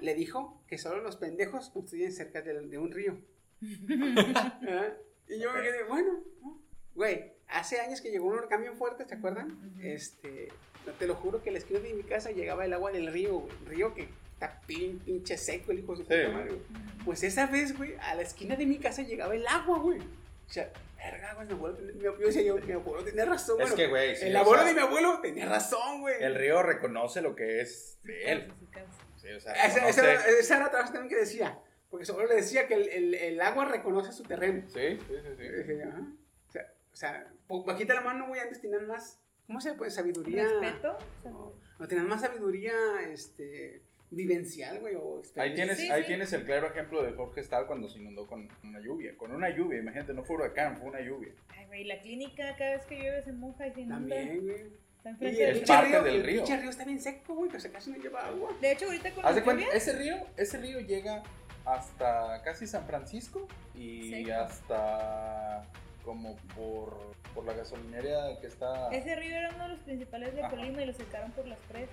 G: le dijo que solo los pendejos construyen cerca de, de un río. ¿Ah? Y yo me quedé, bueno, ¿no? güey, hace años que llegó un huracán bien fuerte, ¿te acuerdan? Este, no, te lo juro que la esquina de mi casa llegaba el agua del río, güey, río que está pin- pinche seco el hijo de su
K: Sí.
G: pues puta madre, güey. Pues esa vez, güey, a la esquina de mi casa llegaba el agua, güey. O sea, verga, güey, mi abuelo, ten- mi abuelo, decía yo, mi abuelo tenía razón,
I: Es
G: bueno,
I: que, güey. sí,
G: El
I: o
G: abuelo
I: sea,
G: de mi abuelo tenía razón, güey.
I: El río reconoce lo que es de él.
A: Calza, sí, calza.
I: Sí, o sea,
G: Esa, esa,
I: reconoce-
G: era, esa era otra cosa también que decía. Porque su abuelo le decía que el, el- el agua reconoce su terreno.
I: Sí, sí, sí.
G: Y
I: sí.
G: dije, ajá. O sea, o sea, po- bajita la mano, güey, antes tenían más. ¿Cómo se puede? Sabiduría.
A: Respeto.
G: No, no, tenían más sabiduría este, vivencial, güey. O
I: Ahí
G: experiencia.
I: tienes,
A: Sí,
I: ahí
A: sí.
I: tienes el claro ejemplo de Jorge Stahl cuando se inundó con una lluvia. Con una lluvia, imagínate, no fue huracán, fue una lluvia.
A: Ay, güey, la clínica cada vez que llueve se moja y se inunda.
G: También, güey.
A: Está
G: Y
A: enfrente
G: el
I: Es
A: del-
G: pinche
I: parte
G: río,
I: del
G: el
I: río.
G: pinche río está bien seco, güey, que o sea, casi no lleva agua.
A: De hecho, ahorita con
I: Haz de
A: las
I: cuenta,
A: lluvias,
I: ese río, ese río llega hasta casi San Francisco y
A: Sí.
I: hasta como por, por la gasolinería que está.
A: ese río era uno de los principales de
I: Ajá.
A: Colima y lo secaron por las presas.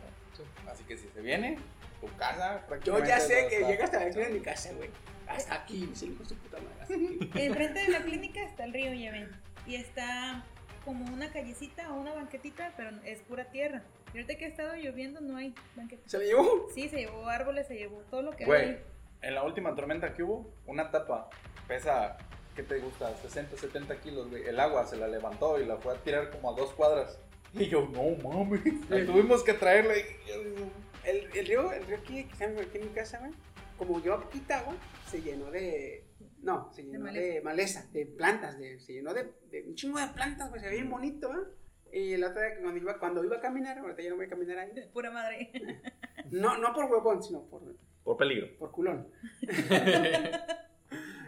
I: Así que si se viene, tu casa
G: Yo
I: prácticamente
G: ya sé
I: está-
G: que llega hasta la esquina de mi casa, güey. Hasta aquí, dice el hijo de su puta madre. hasta aquí.
A: Enfrente de la clínica está el río, ya ven. Y está como una callecita o una banquetita, pero es pura tierra. Y ahorita que ha estado lloviendo no hay banquetita.
G: ¿Se lo llevó?
A: Sí, se llevó árboles, se llevó todo lo que
I: Güey.
A: hay.
I: En la última tormenta que hubo, una tapa pesa, ¿qué te gusta? 60, 70 kilos, güey. El agua se la levantó y la fue a tirar como a dos cuadras. Y yo, no mames. La tuvimos que traerla. y-
G: El, el río, el río aquí, que está aquí en mi casa, güey, como lleva poquita agua, se llenó de. No, se llenó de maleza,
A: maleza.
G: de, plantas, de- se llenó de, de un chingo de plantas, güey, se
I: Mm.
G: ve bien bonito, ¿eh? Y la otra vez cuando iba, cuando iba a caminar, ahorita ya no voy a caminar ahí.
A: Pura madre.
G: No, no por huevón, sino por,
K: Por peligro.
G: por culón.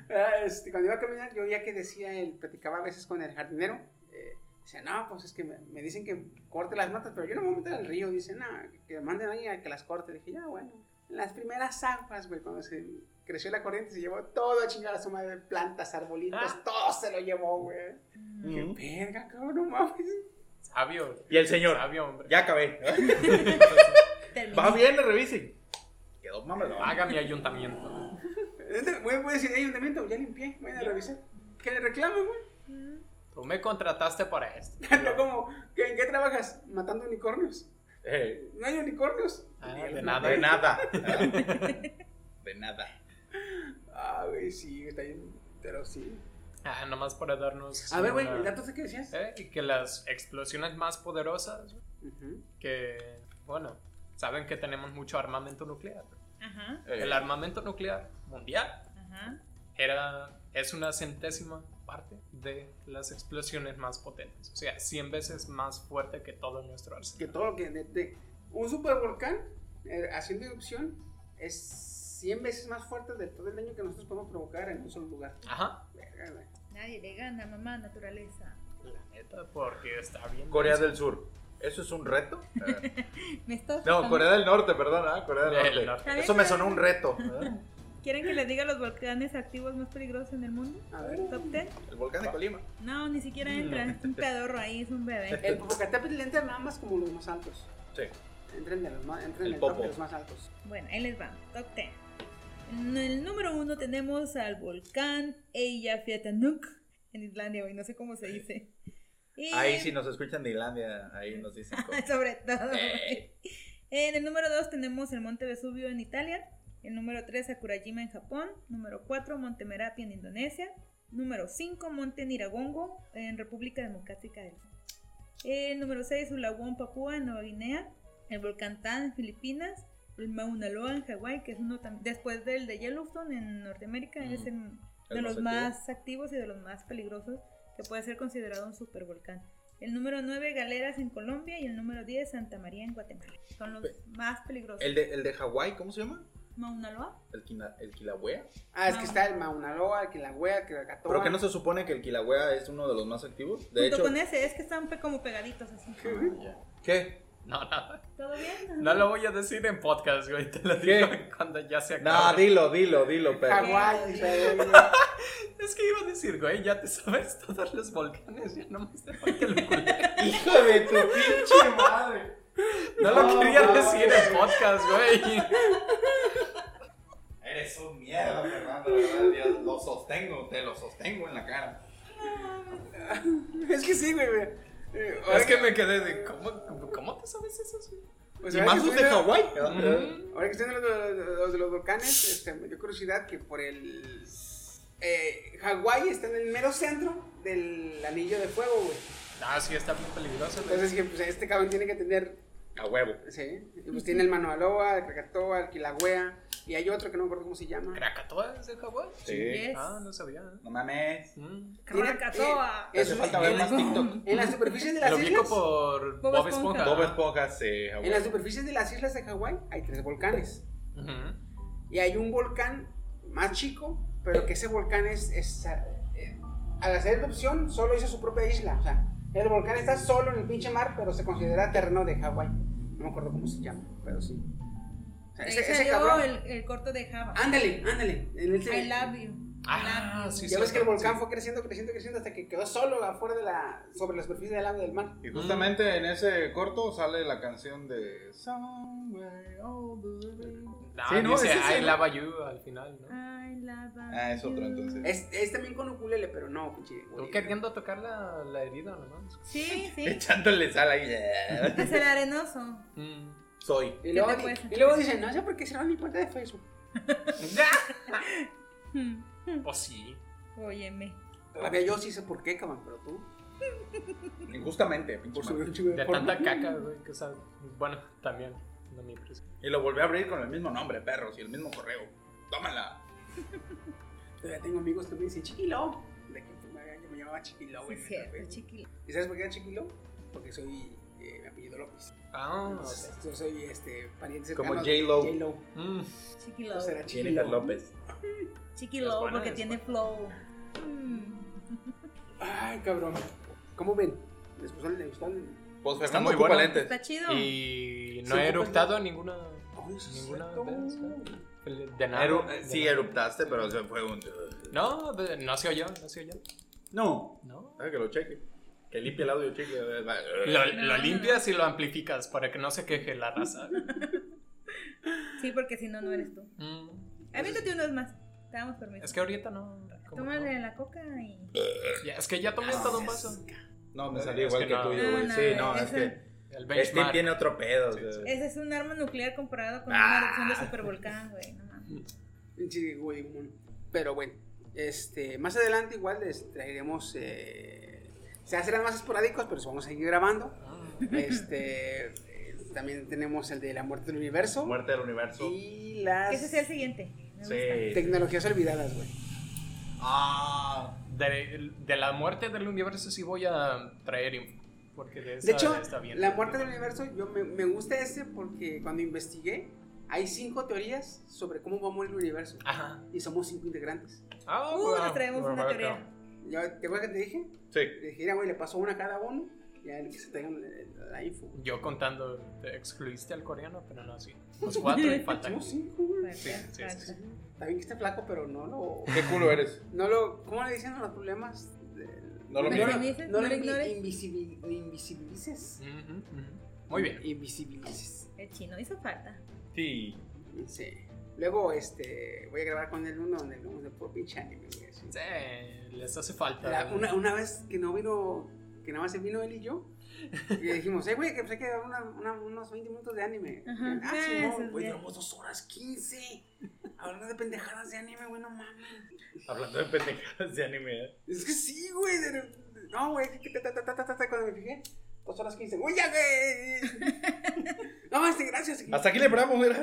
G: Ah, este, cuando iba a caminar, yo ya que decía él, platicaba a veces con el jardinero, eh, decía, no, pues es que me, me dicen que corte las matas, pero yo no me voy a meter al río, dice, no, que me manden a alguien a que las corte. Dije, ya, bueno, En las primeras aguas, güey, cuando se creció la corriente, se llevó todo a chingar a su madre, plantas, arbolitos, todo se lo llevó, güey. Dije, verga, cabrón, no mames.
J: Sabio.
K: Y el señor.
J: Sabio, hombre.
K: Ya acabé.
A: Terminé.
K: Va bien, le revisen. Quedó mames.
J: Haga mi ayuntamiento.
G: Entonces, Voy voy a decir, ayuntamiento, ya limpié, voy a revisar. Que le reclame, güey.
J: Tú me contrataste para esto.
G: Tanto como, "¿Qué- ¿en qué trabajas? Matando unicornios.
K: Eh.
G: No hay unicornios.
J: Ah,
G: Y el-
J: de nada.
K: De nada. De nada.
G: Ah, güey, sí, está bien. Pero sí.
J: Ah, nomás para darnos.
G: A ver, güey,
J: una-
G: ¿el dato que decías?
J: ¿Eh? Y que las explosiones más poderosas,
G: Ujú.
J: que, bueno, saben que tenemos mucho armamento nuclear.
A: Ajá,
G: Eh.
J: El armamento nuclear mundial
A: ajá.
J: era, es una centésima parte de las explosiones más potentes. O sea, 100 veces más fuerte que todo nuestro
G: Que
J: arsenal.
G: todo lo que. de- de- un supervolcán, eh, haciendo erupción, es 100 veces más fuerte de todo el daño que nosotros podemos provocar en un solo lugar.
K: Ah.
J: Ajá,
G: Verga, güey.
A: Nadie le gana, mamá naturaleza.
J: la neta, porque está bien.
K: Corea del Sur. ¿Eso es un reto?
A: Me estás
K: No,
A: tocando.
K: Corea del Norte, perdón, ¿ah? Corea del Norte.
J: Del norte.
K: Eso me sonó un reto. ¿eh?
A: ¿Quieren que les diga los volcanes activos más peligrosos en el mundo?
G: A ver.
A: ¿Top 10?
K: El volcán de Colima.
A: No, ni siquiera entra. Es un pedorro ahí, es un bebé.
G: El Popocatépetl entra nada más como los más altos.
K: Sí.
G: Entren de los más, entren
K: El
G: en el top
K: Popo.
G: de los más altos.
A: Bueno, ahí les va. Top 10. En el número uno tenemos al volcán Eyjafjallajökull en Islandia, hoy no sé cómo se dice. Y
K: Ahí si nos escuchan de Islandia, ahí nos dicen cosas.
A: Sobre todo. En el número 2 tenemos el Monte Vesubio en Italia. El número 3, Sakurajima en Japón. Número 4, Monte Merapi en Indonesia. Número 5, Monte Niragongo en República Democrática del Sur. El número 6, Sulawón, Papúa en Nueva Guinea. El volcán Tan en Filipinas. El Mauna Loa en Hawái, que es uno tam- después del de Yellowstone en Norteamérica, es el- de
K: El más
A: los
K: activo.
A: más activos y de los más peligrosos que puede ser considerado un supervolcán. El número 9, Galeras en Colombia y el número 10, Santa María en Guatemala. Son los más peligrosos.
K: El de, el de Hawái, ¿cómo se llama?
A: Mauna Loa.
K: El, Quina- el Kilauea.
G: Ah, es que
A: No.
G: está el Mauna Loa, el Kilauea, el Krakatoa.
K: ¿Pero que no se supone que el Kilauea es uno de los más activos? De
A: Junto
K: hecho,
A: con ese, es que están pe- como pegaditos así.
K: ¿qué?
J: No, no,
A: ¿Todo bien?
J: no lo voy a decir en podcast, güey, te lo digo cuando ya se
K: No,
J: acabe.
K: dilo, dilo, dilo, pero.
G: Hawái, güey.
J: es que iba a decir, güey, ya te sabes todos los volcanes, ya nomás te falta el volcán.
K: Ah, Hijo de tu pinche madre.
J: No lo quería decir en podcast, güey.
I: Eres un mierda, Fernando, de verdad, Dios, lo sostengo, te lo sostengo en la cara.
G: Es que sí, güey. güey. Eh,
J: Es que me quedé de, ¿cómo, cómo te sabes eso? güey?
G: pues,
K: Y
G: ahora
K: más
G: que
K: los de
G: estuviera-
K: Hawái.
G: Ahora que están los, los- los de los volcanes, este, me dio curiosidad que por el eh, Hawái está en el mero centro del anillo de fuego, güey.
J: Ah, sí, está muy peligroso, güey.
G: Entonces, que, pues, este cabrón tiene que tener.
K: A huevo.
G: Sí. Y, pues tiene el Manualoa, el Krakatoa, el Kilauea. Y hay otro que no me acuerdo cómo se llama.
J: ¿Krakatoa es de Hawái?
I: Sí.
A: Yes.
J: Ah, no sabía.
I: No mames.
J: Mm.
G: Tiene-
A: Krakatoa.
G: eh,
I: Hace
G: eso-
I: falta ver
G: en,
I: más TikTok.
G: en las superficies de las
J: Lo ubico
G: islas.
A: Bob
J: por Bob Esponja.
A: Esponja.
I: Bob Esponja, sí, a
G: En las
I: huevo.
G: superficies de las islas de Hawái hay tres volcanes.
J: Ujú.
G: Y hay un volcán más chico, pero que ese volcán es. es, eh, al hacer erupción, solo hizo su propia isla. O sea, el volcán está solo en el pinche mar, pero se considera terreno de Hawái. No me acuerdo cómo se llama, pero sí. O sea,
A: Ahí
G: eh, ese, ese
A: salió
G: cabrón. Ah,
A: el, el corto de Java.
G: Ándale, ándale. En ese-
A: I love you.
J: Ah, sí,
G: ya ves
J: cierto.
G: que el volcán
J: Sí.
G: fue creciendo, creciendo, creciendo hasta que quedó solo afuera de la. sobre la superficie del agua del mar.
I: Y justamente en ese corto sale la canción de Somewhere Over the Rainbow.
J: No,
I: Sí,
J: Ah,
I: no,
J: dice
I: es ese,
J: I
I: ¿no?
J: love you al final, ¿no?
A: I love Eh,
I: Ah, es otro entonces.
G: Es, es también con ukulele, pero no, pinche.
J: Tú queriendo tocar la, la herida nomás.
A: Sí, sí.
I: Echándole sal ahí.
A: Es el arenoso.
J: Mm.
I: Soy.
G: Y luego,
A: ¿Qué te
G: di-
A: cuesta?
G: y luego dicen, no sé por qué cerraron mi cuenta de Facebook.
A: Hmm.
J: Pues sí.
A: Óyeme.
G: Todavía yo sí sé por qué, cabrón, pero tú.
I: Injustamente, pinche
G: Por subir
I: madre.
G: un chingo de
J: De
G: porno.
J: tanta caca, güey, que sabe. Bueno, también. No me impresiona.
I: Y lo volví a abrir con el mismo nombre, perros, y el mismo correo. Tómala.
G: Todavía tengo amigos que me dicen Chiquilo. De que me, yo me llamaba Chiquilo,
A: Sí,
G: güey.
A: es cierto, chiquillo.
G: ¿Y sabes por qué era Chiquilo? Porque soy. Eh, mi apellido López.
J: Ah, ok.
G: Entonces, Yo soy este, pariente
I: Como
G: cercano de
I: J-Lo.
G: J-Lo.
J: Mm.
A: Chiquilo.
G: Entonces era
I: Jennifer
G: Chiquilo.
I: López.
J: Es
A: Chiquilo
J: buena,
A: porque
J: es
A: tiene flow. Hmm.
G: Ay, cabrón. ¿Cómo ven? ¿Les gustó el.? les gustó el-
I: Pues
J: Está
I: Fernando
J: muy bueno.
I: Ocupalentes.
A: Está chido.
J: Y no
G: Sí,
J: he
G: ocupas
J: eructado ninguna.
G: Ay, sí,
J: Ninguna
G: cierto.
J: vez, ¿eh? De nada.
I: Eru-
J: de
I: sí,
J: nada.
I: eruptaste, pero se fue un.
J: No, de- no se oyó, no se oyó.
I: No.
J: No.
I: Ah, que lo cheque. Que limpie el audio, cheque.
J: Lo,
A: No,
J: lo
A: no,
J: limpias y lo amplificas para que no se queje la raza.
A: Sí, porque si no, no eres tú.
J: Mm.
A: Aviéntate unos más. Te damos permiso.
J: Es que ahorita no. como
A: Tómale
J: no.
A: la coca y.
J: Ya, es que ya tomé hasta un vaso.
I: No, me
J: Es
I: salió igual
J: que
I: que,
J: no.
I: tuyo,
A: No,
I: güey.
A: no,
I: sí, no,
A: ese-
I: es que.
J: El
I: Steam
J: benchmark.
I: tiene otro pedo. güey.
A: Ese es un arma nuclear comparado con
I: Ah.
A: una erupción de supervolcán, güey. No mames.
G: Pinche güey, mono. Pero bueno, este, más adelante igual les traeremos. eh, se serán más esporádicos, pero vamos a seguir grabando.
J: Ah.
G: Este, eh, también tenemos el de la muerte del universo
I: Muerte del universo.
G: y las
A: Ese es el siguiente. Me gusta.
I: Sí.
G: tecnologías olvidadas, güey.
J: Ah, de, de la muerte del universo sí voy a traer info. Porque de, esa
G: De hecho,
J: está bien.
G: la muerte del universo, yo me, me gusta ese porque cuando investigué, hay cinco teorías sobre cómo va a morir el universo
J: Ajá.
G: y somos cinco integrantes.
J: Ah,
A: Uh,
J: bueno,
A: nos traemos una
J: bueno,
A: teoría.
J: bueno.
G: Yo, ¿Te acuerdas que te dije?
I: Sí.
G: Te dije, "Mira, güey, le pasó una a cada uno, ya que se traigan la, la info.
J: Yo contando, te excluiste al coreano, pero no así. Los
I: Ah,
J: cuatro y faltan.
G: Somos cinco, güey.
J: Sí, sí, sí, sí.
G: Está bien que esté flaco, pero no lo.
I: Qué culo eres.
G: No lo ¿Cómo le dicen a los problemas? Del-
I: No lo
G: no,
I: mires.
A: Invisibilices,
G: no
A: no
G: lo
A: lo
G: invi-
A: ignores.
G: invisibil- invisibilices.
J: Ujú, ujú. Muy bien.
G: Invisibilices.
A: El chino hizo falta.
I: Sí.
G: Sí. Luego, este. Voy a grabar con él uno donde hablamos de puro pinche anime, güey, así.
J: Sí, eh, les hace falta.
G: La- una, una vez que no vino. Que nada más se vino él y yo. Y le dijimos, eh, güey, que pues hay que grabar una- una- unos 20 minutos de anime.
A: Ajá.
G: Ah,
A: Ah,
G: sí,
A: eso
G: no,
A: es
G: güey,
A: bien.
G: duramos dos horas 15. Hablando de pendejadas de anime, güey, no mames.
I: Hablando de pendejadas de anime. ¿eh?
G: Es que sí, güey. de- de- No, güey. que- que- ta- ta- ta- ta- ta- ta- Cuando me fijé, dos horas quince. ¡Uy, ya, güey! No, este, gracias.
I: Hasta aquí le bramos, mira.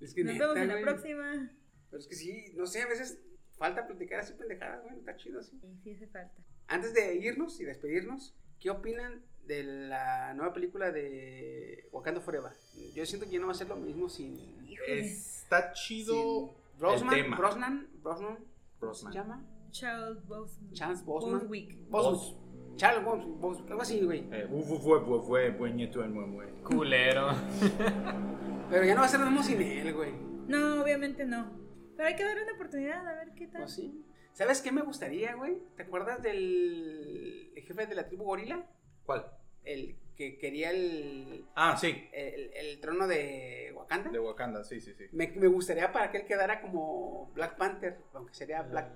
G: Es que
A: Nos
G: neta,
A: vemos en la
G: güey.
A: próxima.
G: Pero es que sí, no sé, a veces falta platicar así pendejadas, güey. Está chido así.
A: Sí, sí hace falta.
G: Antes de irnos y despedirnos, ¿qué opinan de la nueva película de Wakanda Forever? Yo siento que ya no va a ser lo mismo sin.
A: Híjole.
I: Está chido.
G: sin Brosnan,
I: tema.
G: Brosnan, Brosnan, ¿cómo se
I: Brosnan.
G: llama?
A: Charles Boseman.
G: Charles Brosnan.
A: Boswick.
G: Bos. Charles Bos, Bos- algo así, güey.
I: Eh, uf, uf, uf, uf, uf, buen nieto del buen, buen.
J: Culero.
G: Pero ya no va a ser lo mismo sin él, güey.
A: No, obviamente no. Pero hay que darle una oportunidad a ver qué tal.
G: Pues sí. ¿Sabes qué me gustaría, güey? ¿Te acuerdas del jefe de la tribu gorila?
I: ¿Cuál?
G: El que quería el,
I: Ah, sí.
G: el, el trono de Wakanda.
I: De Wakanda, sí, sí, sí.
G: Me, me gustaría para que él quedara como Black Panther, aunque sería Black...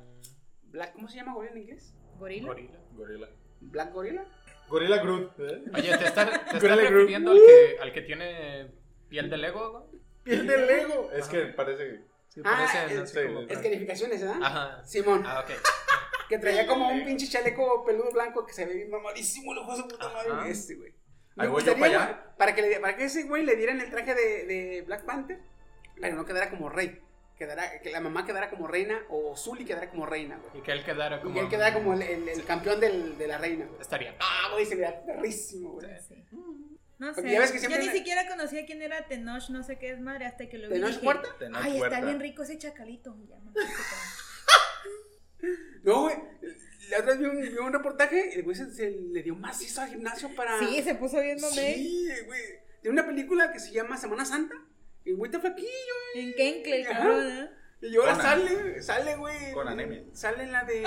G: Black ¿Cómo se llama gorila en inglés?
A: Gorila.
J: Gorila.
I: Gorila.
G: ¿Black Gorila?
I: Gorila Groot. ¿eh?
J: Oye, ¿te estás, te estás
I: Gorila Grodd.
J: refiriendo al que, al que tiene piel de Lego? güey?
I: Piel de Lego. Es que parece
J: Sí,
G: Ah,
J: parece, no
G: es-
J: sé, como-
G: Es calificaciones, ¿verdad?
J: Ajá.
G: Simón,
J: Ah, ok.
G: que traía como un pinche chaleco peludo blanco que se ve bien mamadísimo, lo su puta madre.
J: Ajá.
G: Este, güey.
I: Ahí
G: Me
I: voy yo
G: gustaría,
I: para allá.
G: güey, para que, le- para que ese güey le dieran el traje de, de Black Panther, pero no quedara como rey. Quedara, que la mamá quedara como reina o Zully quedara como reina, güey.
J: Y que él quedara como.
G: Y él quedara como el, el- el campeón del- de la reina, güey.
J: Estaría.
G: Ah, güey, se veía perrísimo, güey.
J: Pues,
F: Sí.
J: mm.
A: No
G: Porque
A: sé.
G: ya ves que
A: Yo
G: siempre
A: ni
G: le-
A: siquiera conocía quién era Tenoch, no sé qué es madre, hasta que lo vi. y
G: ¿Tenoch
A: dije,
G: Huerta?
I: Tenoch
A: Ay, está
I: Huerta.
A: bien rico ese chacalito. ya me lo puse.
G: No, güey. La otra vez vi un, vi un reportaje y el güey se, se le dio macizo al gimnasio
J: Ah.
G: para.
A: Sí, se puso bien mamey.
G: Sí, güey. De una película que se llama Semana Santa. Y el güey está flaquillo, güey.
A: En Kenkle, el
G: Ajá.
A: cabrón, ¿eh?
G: Y ahora
I: Con
G: sale, sale, güey.
I: Con anemia.
G: Sale en la de.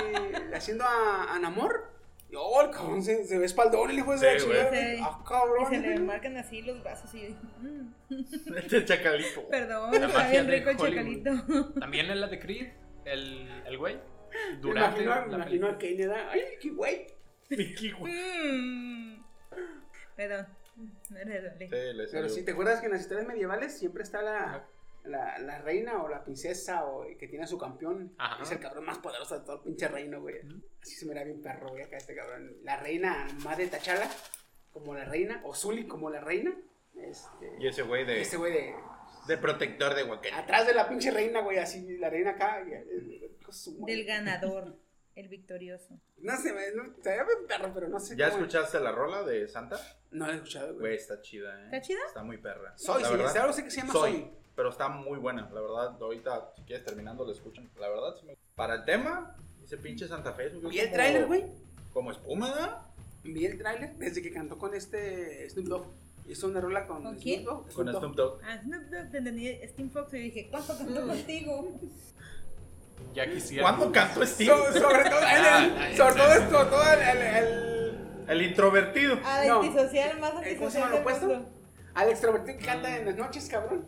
G: haciendo a, a Namor. Y oh, el cabrón se, se ve espaldón el hijo de
I: Sí,
G: esa
I: güey.
G: chingada.
A: Sí.
G: Ah,
A: Y se le
G: cabrón.
A: marcan así los brazos y mm,
I: Este
K: El chacalito.
A: perdón,
J: La
A: está
J: magia
A: bien
J: de
A: rico el
J: Hollywood.
A: chacalito.
J: También en la de Creed, el, el güey.
G: Me
J: Durante
G: imagino, me
J: la
G: imagino
J: película.
G: a Kane, ¿verdad? Ay, qué güey.
K: Mickey, güey.
A: Mm. Perdón, me duele.
I: Sí, Este, le
G: Pero
I: salió.
G: si te acuerdas que en las historias medievales siempre está la, la, la reina o la princesa o que tiene a su campeón.
J: Ajá.
G: Es el cabrón más poderoso de todo el pinche reino, güey. Así se me bien perro, güey, acá este cabrón. La reina más de Tachala, como la reina, o Zully como la reina. Este,
I: Y ese güey de,
G: este güey de
I: de protector de Wakanda.
G: atrás de la pinche reina, güey, así la reina acá. y- y- con su madre.
A: Del ganador, el victorioso.
G: No sé, güey, no, se ve bien perro, pero no sé.
I: ¿Ya
G: cómo-
I: escuchaste la rola de Santa?
G: No la he escuchado, güey.
I: Güey, está chida, ¿eh?
A: ¿Está chida?
I: Está muy perra.
G: Soy,
I: La
G: sí,
I: verdad,
G: ahora sé que se llama
I: soy,
G: Soy.
I: Pero está muy buena, la verdad. Ahorita, si quieres terminando, la escuchan. La verdad, sí me- para el tema, ese pinche Santa Fe. subió
G: Vi el
I: como-
G: tráiler, güey.
I: Como espuma, ¿verdad?
G: Vi el tráiler desde que cantó con este Snoop Dogg. Hizo una rola con,
A: ¿Con quién?
G: Snoop Dogg.
I: Con
G: Snoop Dogg.
I: Snoop Dogg.
A: Ah, Snoop Dogg, te entendí Steam Fox y dije, ¿cuánto cantó contigo?
J: Ya quisiera.
I: ¿Cuándo cantó Steve?
G: So- sobre todo, el- el- sobre todo, esto, todo el- el- el
I: El introvertido.
A: Ah,
G: No.
A: antisocial, más
G: Eh, ¿Cómo se
A: antisocial
G: llama lo
A: del
G: opuesto?
A: mundo.
G: Al extrovertido que canta en las noches, cabrón.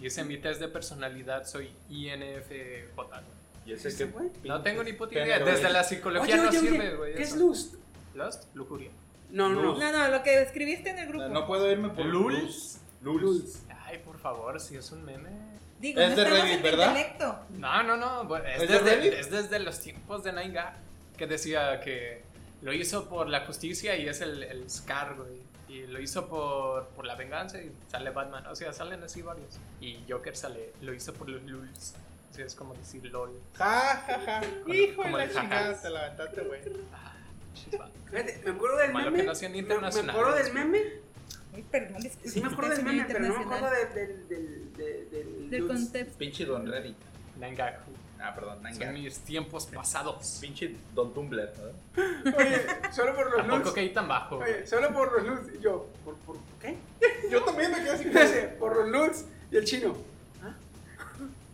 J: Hice mi test de personalidad, soy INFJ.
I: Y ese que.
G: güey?
J: No tengo ni puta idea.
I: Pero
J: Desde
I: es-
J: la psicología no sirve, güey.
G: ¿Qué
J: eso.
G: es lust?
J: Lust, lujuria.
G: No, no, no.
A: No, no, lo que escribiste en el grupo.
I: No puedo irme por.
J: Lulz.
I: Lulz.
J: Ay, por favor, si es un meme.
A: Digo,
I: Es
A: no
I: de
A: estamos
I: Reddit,
A: en tu
I: ¿verdad?
A: intelecto.
J: No, no, no. bueno, Es,
I: ¿Es de Reddit?
J: desde, es desde los tiempos de Nine Gag que decía que lo hizo por la justicia y es el, el Scar, güey. Y lo hizo por, por la venganza y sale Batman. O sea, salen así varios. Y Joker sale, lo hizo por los lulz. O sea, es como decir LOL.
I: Ja, ja, ja. Hijo de
J: como
I: la
J: el jaja.
I: chingada, te la aventaste, güey.
J: Chispa.
G: Fíjate, me acuerdo del
J: Malo
G: meme.
J: que no sean
G: me-
J: internacionales.
G: Me acuerdo del meme.
A: Ay, perdón, disculpe.
G: Sí, me acuerdo del meme, pero no me acuerdo
A: internacional.
G: del. del. del. del. del.
A: del
G: lust.
A: contexto.
I: Pinche Don Reddit.
J: Nine Gag.
I: Ah, perdón, Nanga.
J: Son mis tiempos pasados.
I: Pinche Don Tumblr, ¿verdad?
G: Oye, solo Ah, por los
J: Tampoco
G: luz.
J: caí tan bajo. güey.
G: Oye, solo por los luz. Y yo, ¿por, por qué? Yo también me quedé así. Fíjate, por los luz y el chino. ¿Ah?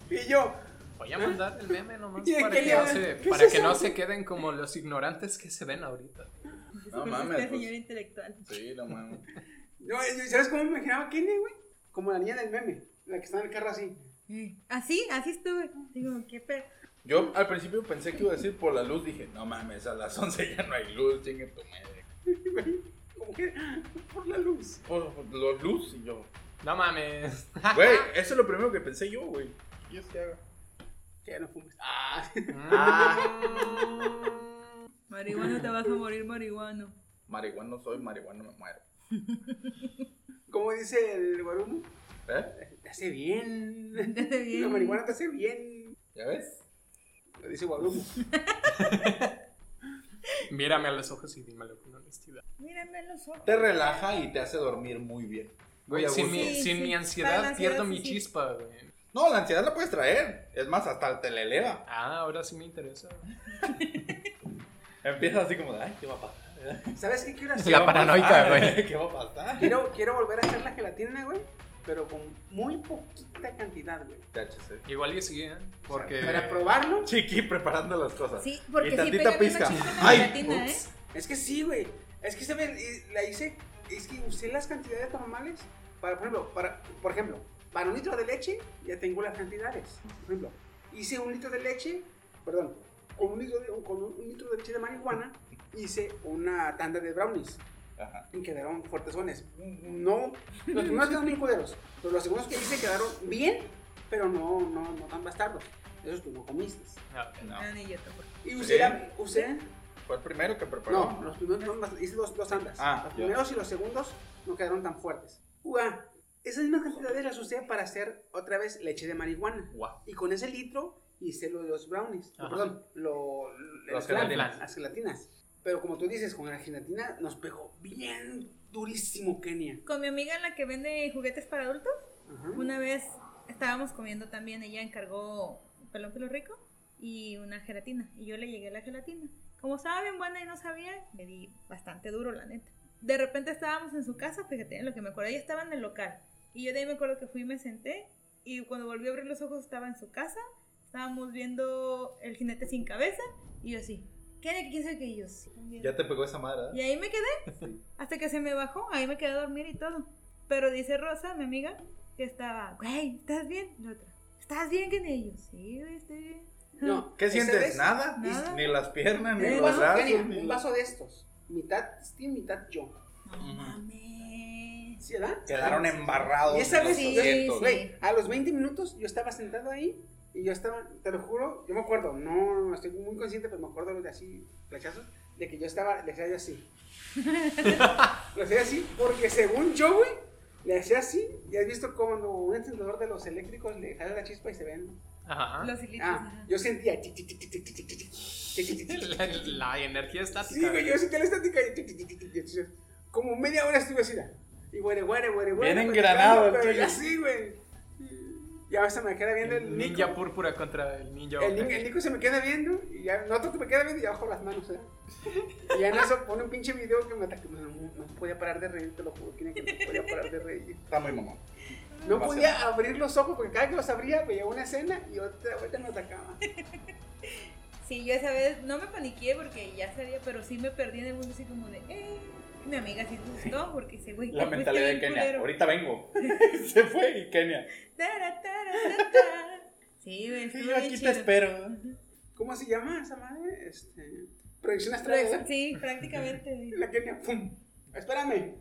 G: Y yo,
J: Voy a mandar el meme nomás
G: ¿Y de
J: para
G: qué
J: que,
G: le-
J: no se,
G: qué es
J: para que
G: eso?
J: no se queden como los ignorantes que se ven ahorita.
I: No
A: Disculpe
I: mames,
A: usted,
I: pues.
A: señor intelectual.
I: Sí, no mames.
G: no, ¿sabes cómo me imaginaba Kenny, güey? Como la niña del meme, la que está en el carro así.
A: Eh, Así, así estuve. Digo, qué per...
I: Yo al principio pensé que iba a decir por la luz, dije, no mames, a las 11 ya no hay luz, chingue tu madre.
G: Como que por la luz.
I: Por los Pues, luz y yo.
J: No mames.
I: Güey, eso es lo primero que pensé yo, güey. ¿Qué quieres que haga?
G: Ya no fumes. Ah,
A: Marihuana, te vas a morir, marihuano.
I: Marihuano soy, marihuano me muero.
G: como dice el guarumo,
I: ¿Eh?
G: te hace bien.
A: Te hace bien.
G: La marihuana te hace bien.
I: ¿Ya ves?
G: Lo dice guarumo.
J: Mírame a los ojos y dímelo con honestidad.
A: Mírame a los ojos.
I: Te relaja y te hace dormir muy bien.
J: Güey,
I: Oye,
J: sin,
I: Augusto.
J: mi,
A: Sí,
J: sin
A: sí.
J: mi
A: Para la
J: ansiedad
A: ansiedad,
J: pierdo
A: sí,
J: mi
A: sí.
J: chispa, güey.
I: No, la ansiedad la puedes traer. Es más, hasta te la eleva.
J: Ah, ahora sí me interesa.
I: Empieza así como de, ay, ¿qué va a pasar?
G: ¿Sabes qué quiero hacer?
J: La paranoica, güey.
I: ¿Qué va a pasar?
G: Quiero, quiero volver a hacer la gelatina, güey, pero con muy poquita cantidad, güey.
I: THC.
J: Igual y sí, ¿eh? Porque.
G: Para probarlo.
I: Chiqui preparando las cosas.
A: Sí, porque
I: Y
A: sí
I: tantita
A: pega bien
I: pizca.
A: machín con la
I: Ay,
A: gelatina, ¿eh?
I: ups.
G: Es que sí, güey. Es que ¿saben? Y la hice, es que usé las cantidades normales para, por ejemplo, para, por ejemplo, para un litro de leche ya tengo las cantidades. Por ejemplo, hice un litro de leche, perdón, con un litro de, con un litro de leche de marihuana hice una tanda de brownies.
I: Ajá.
G: Y quedaron fuertesones. No, los primeros quedaron bien culeros, pero los segundos que hice quedaron bien pero no, no, no tan bastardos. Esos tú no comiste.
J: No,
A: Ah, ni yo tampoco.
G: Y usé, la- usé-
I: Fue el primero que preparó.
G: no, los primeros fueron bast- hice dos, dos andas.
I: Ah,
G: los
I: ya.
G: primeros y los segundos no quedaron tan fuertes. Ua, esas mismas cantidades las usé para hacer otra vez leche de marihuana.
J: Guau.
G: Y con ese litro hice lo de los brownies.
J: Ajá.
G: Perdón, lo, lo-
J: Las
G: el flan,
J: gelatinas.
G: las gelatinas. Pero como tú dices, con la gelatina nos pegó bien durísimo Kenia.
A: Con mi amiga la que vende juguetes para adultos,
G: Ajá.
A: una vez estábamos comiendo también, ella encargó un pelón pelo rico y una gelatina. Y yo le llegué la gelatina. Como estaba bien buena y no sabía, me di bastante duro, la neta. De repente estábamos en su casa, fíjate, en lo que me acuerdo, ella estaba en el local. Y yo de ahí me acuerdo que fui y me senté. Y cuando volví a abrir los ojos estaba en su casa. Estábamos viendo El jinete sin cabeza. Y yo así, ¿qué de quién sabe qué? Y yo sí. también".
M: Ya te pegó esa madre,
A: Y ahí me quedé. Hasta que se me bajó, ahí me quedé a dormir y todo. Pero dice Rosa, mi amiga, que estaba, güey, ¿estás bien? La otra, ¿estás bien, Kenny? Y yo, sí, este, güey, estoy bien.
G: No,
I: ¿Qué
G: esa
I: sientes?
G: vez-
I: Nada.
A: Nada.
I: Ni las piernas, ni
G: Un
I: los
G: vaso,
I: brazos.
G: Kenia,
I: ni
G: un
I: la-
G: vaso de estos. Mitad Steve, mitad yo.
A: No mames.
G: Ah, ¿Sí, verdad?
I: Quedaron embarrados.
G: Y esa
I: en
G: vez,
I: los
A: Sí,
I: asientos.
A: sí.
G: Güey, a los 20 minutos yo estaba sentado ahí y yo estaba, te lo juro, yo me acuerdo, no, no estoy muy consciente, pero me acuerdo de así, flechazos, de que yo estaba, le hacía yo así. lo hacía así porque según yo, güey, le hacía así y has visto cuando un encendedor de los eléctricos le jala la chispa y se ven.
J: Ajá.
A: Los hilitos.
G: Ah,
A: ajá.
G: yo sentía. chi, chi, chi, chi, chi, chi, chi, chi, chi, chi, chi, chi, chi, chi,
J: La, la energía estática.
G: Sí, güey, yo sentía la estática y chi, chi, chi, chi, chi, chi, chi. como media hora estuve así. da. Y güey, güey, güey, güey.
I: Bien engranado el
G: Pero
I: tuyo.
G: ya sí, güey. Y ahora se me queda viendo el
J: El ninja
G: Nico.
J: púrpura contra el ninja.
G: El,
J: verde.
G: Nico- el Nico se me queda viendo y ya noto que me queda viendo y ya bajo las manos, ¿eh? Y ya en eso pone un pinche video que me ataca. No, no, no podía parar de reír, te lo juro, Kenia, que no podía parar de reír.
I: Está muy mamón.
G: No podía abrir los ojos porque cada que los abría veía una escena y otra vuelta me atacaba.
A: Sí, yo esa vez no me paniqué porque ya sabía, pero sí me perdí en el mundo así como de, eh. Mi amiga sí gustó porque dice, güey,
I: La
A: te fuiste
I: mentalidad de
A: bien
I: Kenia.
A: culero.
I: Ahorita vengo. Se fue y Kenia.
A: Tara, tara, ta, ta. Sí, güey, estuvo
I: Yo
A: bien
I: aquí
A: chido.
I: te espero.
G: ¿Cómo se llama esa madre? Este, proyección astral.
A: Pero,
G: ¿verdad?
A: Sí, prácticamente. sí.
G: La Kenia, ¡pum! Espérame.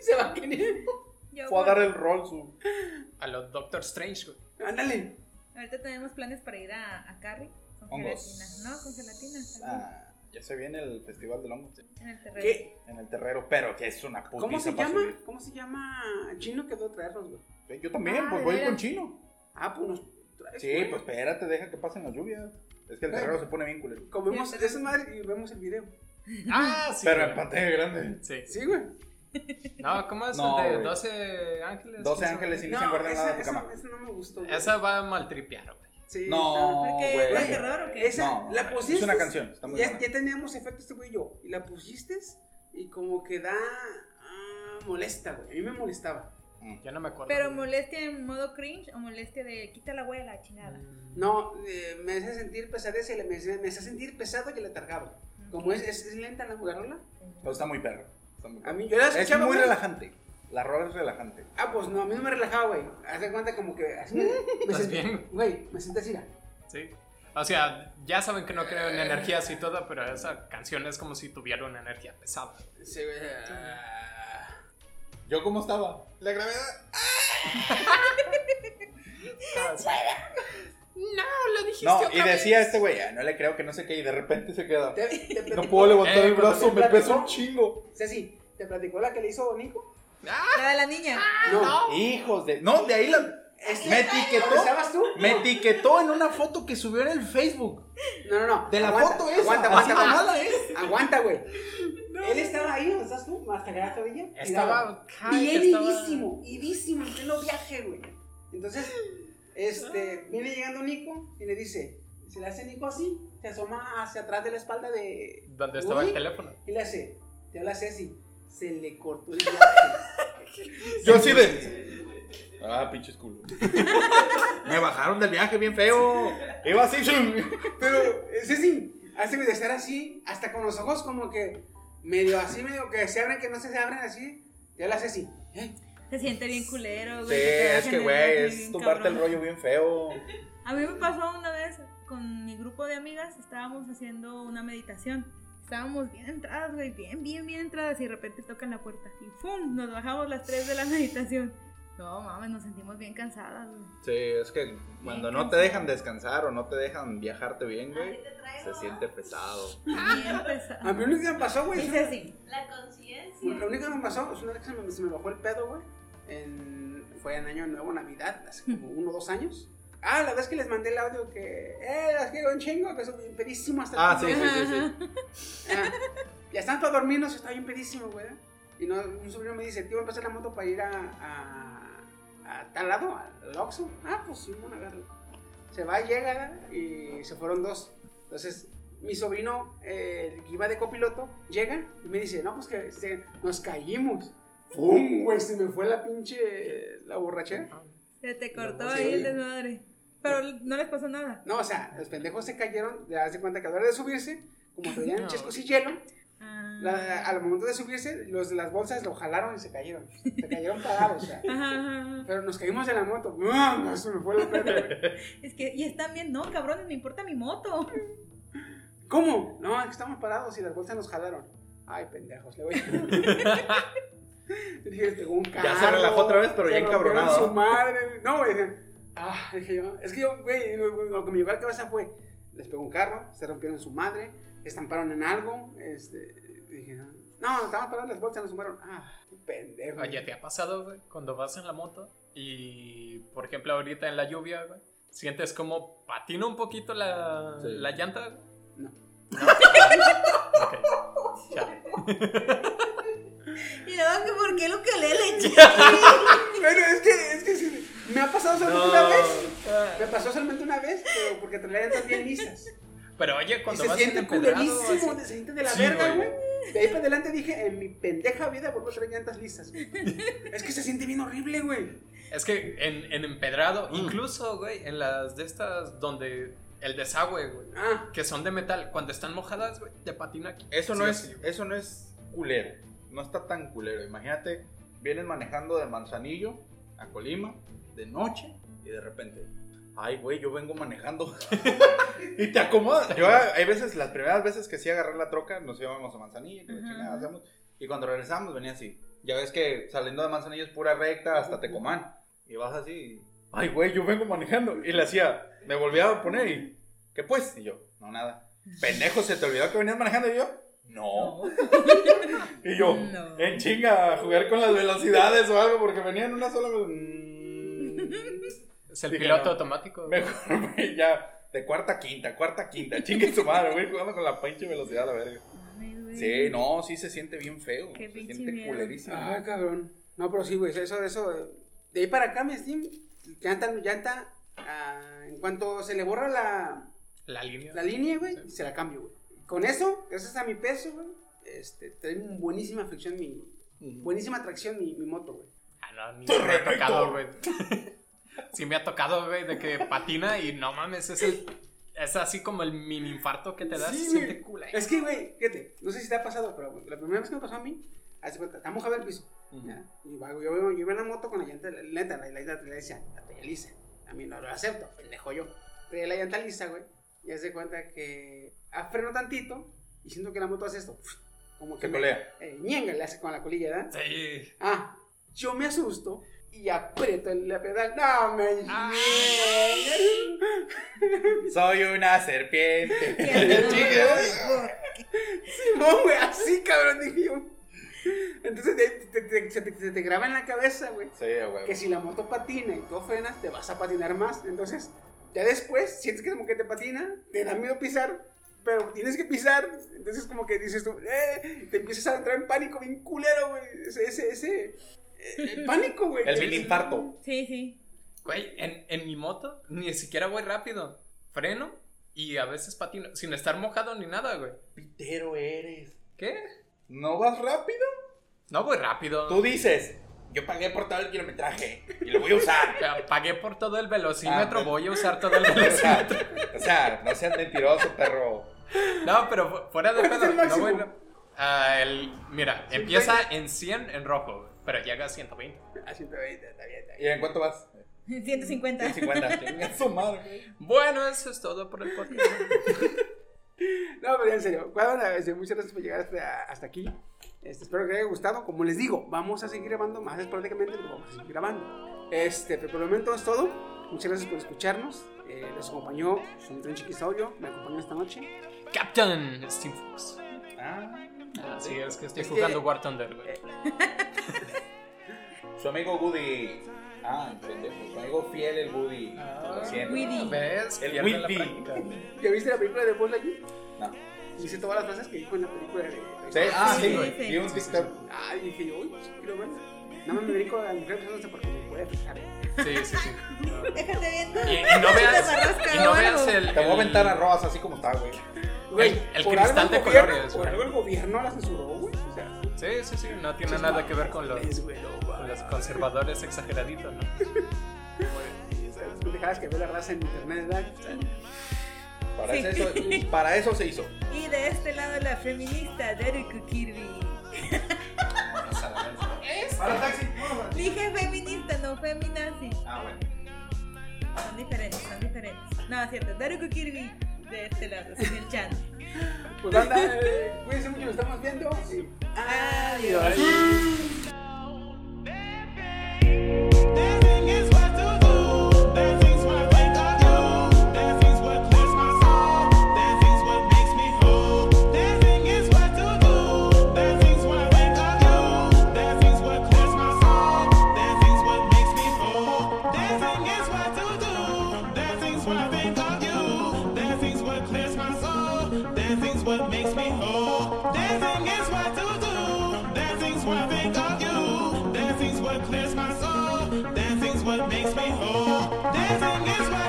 G: Se va Kenia.
A: Yo,
I: Fue a dar el rol su.
J: A los Doctor Strange, güey.
G: Ándale.
A: Ahorita tenemos planes para ir a, a Carrie con
I: Hongos.
A: gelatina. No, con gelatina. Pues. también,
I: Ah, ya se viene el festival del hongo.
A: En el terreno.
G: ¿Qué?
I: En el terrero, pero que es una putiza
G: ¿Cómo se
I: pa'
G: llama?
I: subir.
G: ¿Cómo se llama? Chino quedó a traernos, güey.
I: Sí, Yo también,
A: Ah,
I: pues
A: ¿de
I: voy
A: veras?
I: con chino.
G: Ah, pues nos traes,
I: Sí,
G: güey.
I: pues espérate, deja que pasen las lluvias. Es que el terrero se pone bien culero.
G: Comemos esas madres y vemos el video.
J: Ah, sí.
I: Pero
J: güey.
I: en pantalla grande.
J: Sí.
G: Sí, güey.
J: No, ¿cómo es?
I: No,
J: el de
I: güey.
J: 12 ángeles.
I: 12
J: ¿Quién
I: ángeles
J: sabe?
I: y no se encuentran
G: esa,
I: nada de tu
G: esa-
I: cama.
G: esa no me gustó. güey.
J: Esa va a maltripear, güey.
G: Sí,
I: No,
A: Porque
I: güey.
A: era terror o qué?
G: Esa,
I: No,
G: la pusiste.
I: es una canción, está muy
G: ya,
I: buena.
G: ya teníamos efectos, este güey y yo. Y la pusiste y como que da. ah, molesta, güey. A mí me molestaba.
J: Yo no me acuerdo.
A: Pero
J: güey.
A: molestia en modo cringe o molestia de quita la abuela, chingada.
I: Mm.
G: No, eh, me hace sentir pesadez y le- me, hace- me hace sentir pesado que la targaba. Como es, es, es lenta la garola.
I: Pero está muy perro. Está muy
G: A
I: perro.
G: mí, yo la
I: Es
G: escuchaba.
I: muy
G: güey.
I: relajante. La rola es relajante.
G: Ah, pues no, a mí no me relajaba, güey. Haz de cuenta como que así me, me
J: Más
G: sentí,
J: bien.
G: güey, me sentí así. mira.
J: Sí. O sea, ya saben que no creo en energías y todo, pero esa canción es como si tuviera una energía pesada.
G: Sí, güey. ah.
I: ¿Yo cómo estaba?
M: La gravedad.
J: No, lo dijiste.
I: No, y decía este güey, "Ah, no le creo que no sé qué, y de repente se queda.
G: Te- te
I: No
G: platicó-
I: puedo levantar
J: Eh,
I: el brazo, me
G: cuando te
I: pesa un
G: platicó-
I: chingo.
G: Ceci, ¿te platicó la que le hizo Nico?
A: La de la niña.
I: Hijos de. No, de ahí la. Me etiquetó.
G: ¿Pensabas Este, tú?
I: Me etiquetó en una foto que subió en el Facebook.
G: No, no, no.
I: De la
G: Aguanta,
I: foto esa.
G: Aguanta,
I: así
G: aguanta,
I: de
G: aguanta.
I: mala es.
G: Aguanta, güey. Él estaba ahí, ¿dónde estás tú? Hasta que hasta ella.
J: Estaba.
G: Bien
J: estaba-
G: idísimo, idísimo, en pleno viaje, güey. Entonces, este, viene llegando Nico y le dice, se le hace Nico así, se asoma hacia atrás de la espalda de...
J: Donde estaba
G: Uy,
J: el teléfono.
G: Y le hace, te habla Ceci, se le cortó el viaje.
I: Yo así de. Ah, pinches culo. Me bajaron del viaje bien feo. Iba así.
G: Pero eh, Ceci hace de estar así, hasta con los ojos como que medio así, medio que se abren, que no se, se abren así. Te habla Ceci, "Eh, "Ey,
A: Se siente bien culero,
I: Sí,
A: güey. se te va
I: es que güey,
A: generando
I: es
A: bien
I: tumbarte el
A: cabrón.
I: rollo bien feo.
A: A mí me pasó una vez con mi grupo de amigas, estábamos haciendo una meditación. Estábamos bien entradas, güey, bien, bien, bien entradas y de repente tocan la puerta. Y ¡pum! Nos bajamos las tres de la meditación. No, mames, nos sentimos bien cansadas, güey.
I: Sí, es que cuando no te dejan descansar o no te dejan viajarte bien, güey, se siente pesado.
A: Bien
G: A
A: pesadas.
G: mí lo único que me pasó,
I: Pues,
G: güey. es
A: Dice así.
N: La conciencia.
G: Lo único que me pasó es una vez que se me, se me bajó el pedo, güey. en- fue en Año Nuevo, Navidad, hace como uno o dos años. Ah, la vez que les mandé el audio que. ¡Eh, las quiero un chingo! Que soy bien pedísimo hasta el
I: Ah,
G: fondo".
I: sí, sí, sí, sí.
G: Ah, ya están todos dormidos, está bien pedísimo, güey. Y no, un sobrino me dice: Tío, voy a pasar la moto para ir a. a, a tal lado, al Oxxo. Ah, pues sí, bueno, agarro. Se va, llega y se fueron dos. Entonces, mi sobrino, eh, el que iba de copiloto, llega y me dice: No, pues que este, nos caímos. ¡Pum! Güey, se me fue la pinche. la borrachera.
A: Se te cortó
G: No, sí.
A: ahí el desmadre. Pero no les pasó nada.
G: No, o sea, los pendejos se cayeron, ya se cuenta que a la hora de subirse, como traían chescos y hielo,
A: Ah.
G: la- al momento de subirse, los de las bolsas lo jalaron y se cayeron. Se cayeron parados, o sea.
A: Ajá, ajá, ajá.
G: Pero nos caímos de la moto. ¡Mamá! Se me fue la perra, güey.
A: Es que, y están bien, no, cabrones, me importa mi moto.
G: ¿Cómo? No, es que estamos parados y las bolsas nos jalaron. Ay, pendejos, le voy a. Dije, tengo un carro.
I: se relajó otra vez, pero
G: se
I: ya
G: rompieron
I: encabronado.
G: su madre. No, güey. dije, Ah, dije yo. Es que yo, güey, lo, lo que me llegó a la cabeza fue: les pegó un carro, se rompieron su madre, estamparon en algo. Este, dije, no, no, estaban parados las bolsas, nos sumaron. Ah, pendejo.
J: Oye, ¿te ha pasado, güey? Cuando vas en la moto y, por ejemplo, ahorita en la lluvia, güey, sientes como patina un poquito la,
I: Sí.
J: la llanta. güey?
G: No.
J: Ok, ya.
A: Y luego que por qué lo que le leche.
G: Pero es que, es que sí, me ha pasado solamente una vez. Me pasó solamente una vez, pero porque te las llantas bien lisas.
J: Pero oye,
G: Y
J: cuando
G: se
J: vas en
G: siente
J: el curado,
G: culerísimo,
J: así-
G: se siente de la
J: Sí,
G: verga,
J: güey.
G: güey. De ahí para adelante dije, en mi pendeja vida vuelvo a traer llantas lisas. güey. es que se siente bien horrible, güey.
J: es que en, en
G: Mm.
J: empedrado, incluso, güey, en las de estas donde el desagüe, güey,
G: Ah,
J: que son de metal, cuando están mojadas, güey, te patina aquí.
I: Eso no
J: Sí,
I: es,
J: así, güey.
I: eso no es culero. No está tan culero. Imagínate, vienes manejando de Manzanillo a Colima de noche y de repente, ay güey, yo vengo manejando. y te acomodas. Yo hay veces, las primeras veces que sí agarré la troca, nos íbamos a Manzanillo, que la
A: Ajá.
I: chingada hacemos. Y cuando regresamos venía así. Ya ves que saliendo de Manzanillo es pura recta hasta Tecomán. Y vas así. y, Ay, güey, yo vengo manejando. Y le hacía, me volvía a poner y, ¿qué pues? Y yo, no nada. Pendejo, ¿se te olvidó que venías manejando? Y yo, no. Y yo,
A: No.
I: en chinga, a jugar con las velocidades o algo, porque venía en una sola. vez. Mm,
J: Es el
I: Dije,
J: piloto
I: no.
J: automático. güey.
I: Mejor, güey, Mm. ya, de cuarta a quinta, cuarta a quinta, chingue su madre, güey, jugando con la pinche velocidad, la verga.
A: Mames, güey.
I: Sí, no, sí se siente bien feo.
A: Qué
I: se
A: pinche
I: siente
A: miedo.
I: culerísimo.
G: ay, Ah, cabrón. No, pero sí, güey, eso, eso. eh, De ahí para acá, mi Steam, llanta, llanta. ah, en cuanto se le borra la,
J: La línea.
G: la línea, güey, se la cambio, güey. Con eso, gracias a mi peso, güey, este, trae buenísima fricción mi... Buenísima tracción mi, mi moto, güey.
J: Ah, no, ni me ha tocado, güey. sí me ha tocado, güey, de que patina y no mames, es el... Es así como el mini infarto que te das,
G: Sí,
J: se siente
G: güey.
J: culero.
G: Es que, güey, fíjate, no sé si te ha pasado, pero güey, la primera vez que me pasó a mí, hace cuenta, está mojado el piso. ya, y va, güey, yo, yo iba en la moto con la llanta la- lenta, la, la, la, la lisa, la traía lisa. A mí no lo acepto, pendejo yo. Traía la llanta lisa, güey, y hace cuenta que ah, freno tantito y siento que la moto hace esto. Como que
I: Se
G: me-
I: colea.
G: eh, ñenga le hace con la colilla, ¿verdad?
J: Sí.
G: Ah, yo me asusto y aprieto el la pedal. No, me.
J: Ah.
I: Soy una serpiente.
G: No, güey, así cabrón, dije yo. Entonces de ahí te, te- se te- se te graba en la cabeza, güey,
I: Sí, güey.
G: que si la moto patina y tú frenas, te vas a patinar más. Entonces, ya después sientes que como que te patina, te da miedo pisar, pero tienes que pisar. Entonces, como que dices tú, eh, te empiezas a entrar en pánico, bien culero, güey. Ese, ese, ese. eh, el pánico, güey.
I: El
G: que-
I: mini infarto.
A: Sí, sí.
J: Güey, en, en mi moto ni siquiera voy rápido. Freno y a veces patino, sin estar mojado ni nada, güey.
I: Pitero eres.
J: ¿Qué?
I: ¿No vas rápido?
J: No voy rápido.
I: Tú dices, yo pagué por todo el kilometraje y lo voy a usar.
J: Pa- Pagué por todo el velocímetro,
I: Ah, pero-
J: voy a usar todo el
I: O
J: velocímetro.
I: sea, o sea, no seas mentiroso, perro.
J: No, pero fu- fuera de
G: ¿Cuál es
J: pedo,
G: el
J: no voy
G: máximo?
J: rap- Ah, el- mira, empieza en 100 en rojo, güey, pero llega a 120.
G: Ah, 120, está bien, está bien.
I: ¿Y en cuánto vas?
A: 150.
I: 150. Chinga su madre, güey.
J: Bueno, eso es todo por el podcast.
G: este, No, pero en serio, bueno, muchas gracias por llegar hasta, hasta aquí. Este, espero que les haya gustado. Como les digo, vamos a seguir grabando más esporádicamente, pero vamos a seguir grabando. Este, pero por el momento es todo. Muchas gracias por escucharnos. Eh, les acompañó Somitron Chiquisaurio, me acompañó esta noche.
J: Captain Steam Fox.
I: Ah,
J: Así es que estoy
G: Es que-
J: jugando War Thunder, güey.
I: su amigo Woody. Ah, pendejo. Su amigo fiel, el Woody. Como siempre.
A: Woody.
E: ¿Ves?
I: El
E: Pierde la
I: Whitby.
E: práctica.
G: ¿Ya viste la película de Paul allí?
I: No.
G: Hice todas las frases que dijo en la película de.
I: Sí, ah,
A: Sí,
I: sí, güey.
A: sí.
I: Vi un TikTok.
G: Ay, dije yo, uy, quiero verla. Nada más me dedico a la mujer besándose porque me puede afectar.
E: Sí, sí, sí.
A: Déjate viendo.
J: Y, y no veas,
A: Barrasca
J: y no
A: o
J: veas
A: algo.
J: el.
I: Te voy a
J: el-
I: aventar arrobas así como está, güey.
G: Güey,
J: el
G: por
J: cristal
G: algo
J: de
G: el gobierno-
J: colores,
G: Por
J: güey.
G: algo el gobierno la censuró, güey. O sea,
J: Sí, sí, sí. No tiene nada que ver con los,
G: es, güey, no, va.
J: con los conservadores exageraditos, ¿no?
G: Esas pendejadas Este, pues, que ve la raza en internet, ¿verdad?
I: Para,
A: Sí.
I: eso, para eso se hizo.
A: Y de este lado la feminista Derek Kirby.
I: Para taxi. vámonos.
A: Dije feminista, no feminazi.
I: Ah, bueno.
A: Son diferentes, son diferentes. No, es cierto, Derek Kirby de este lado, sin el chat.
G: Pues anda, eh, cuídense mucho, nos estamos viendo. Sí. Adiós.
B: Dancing is what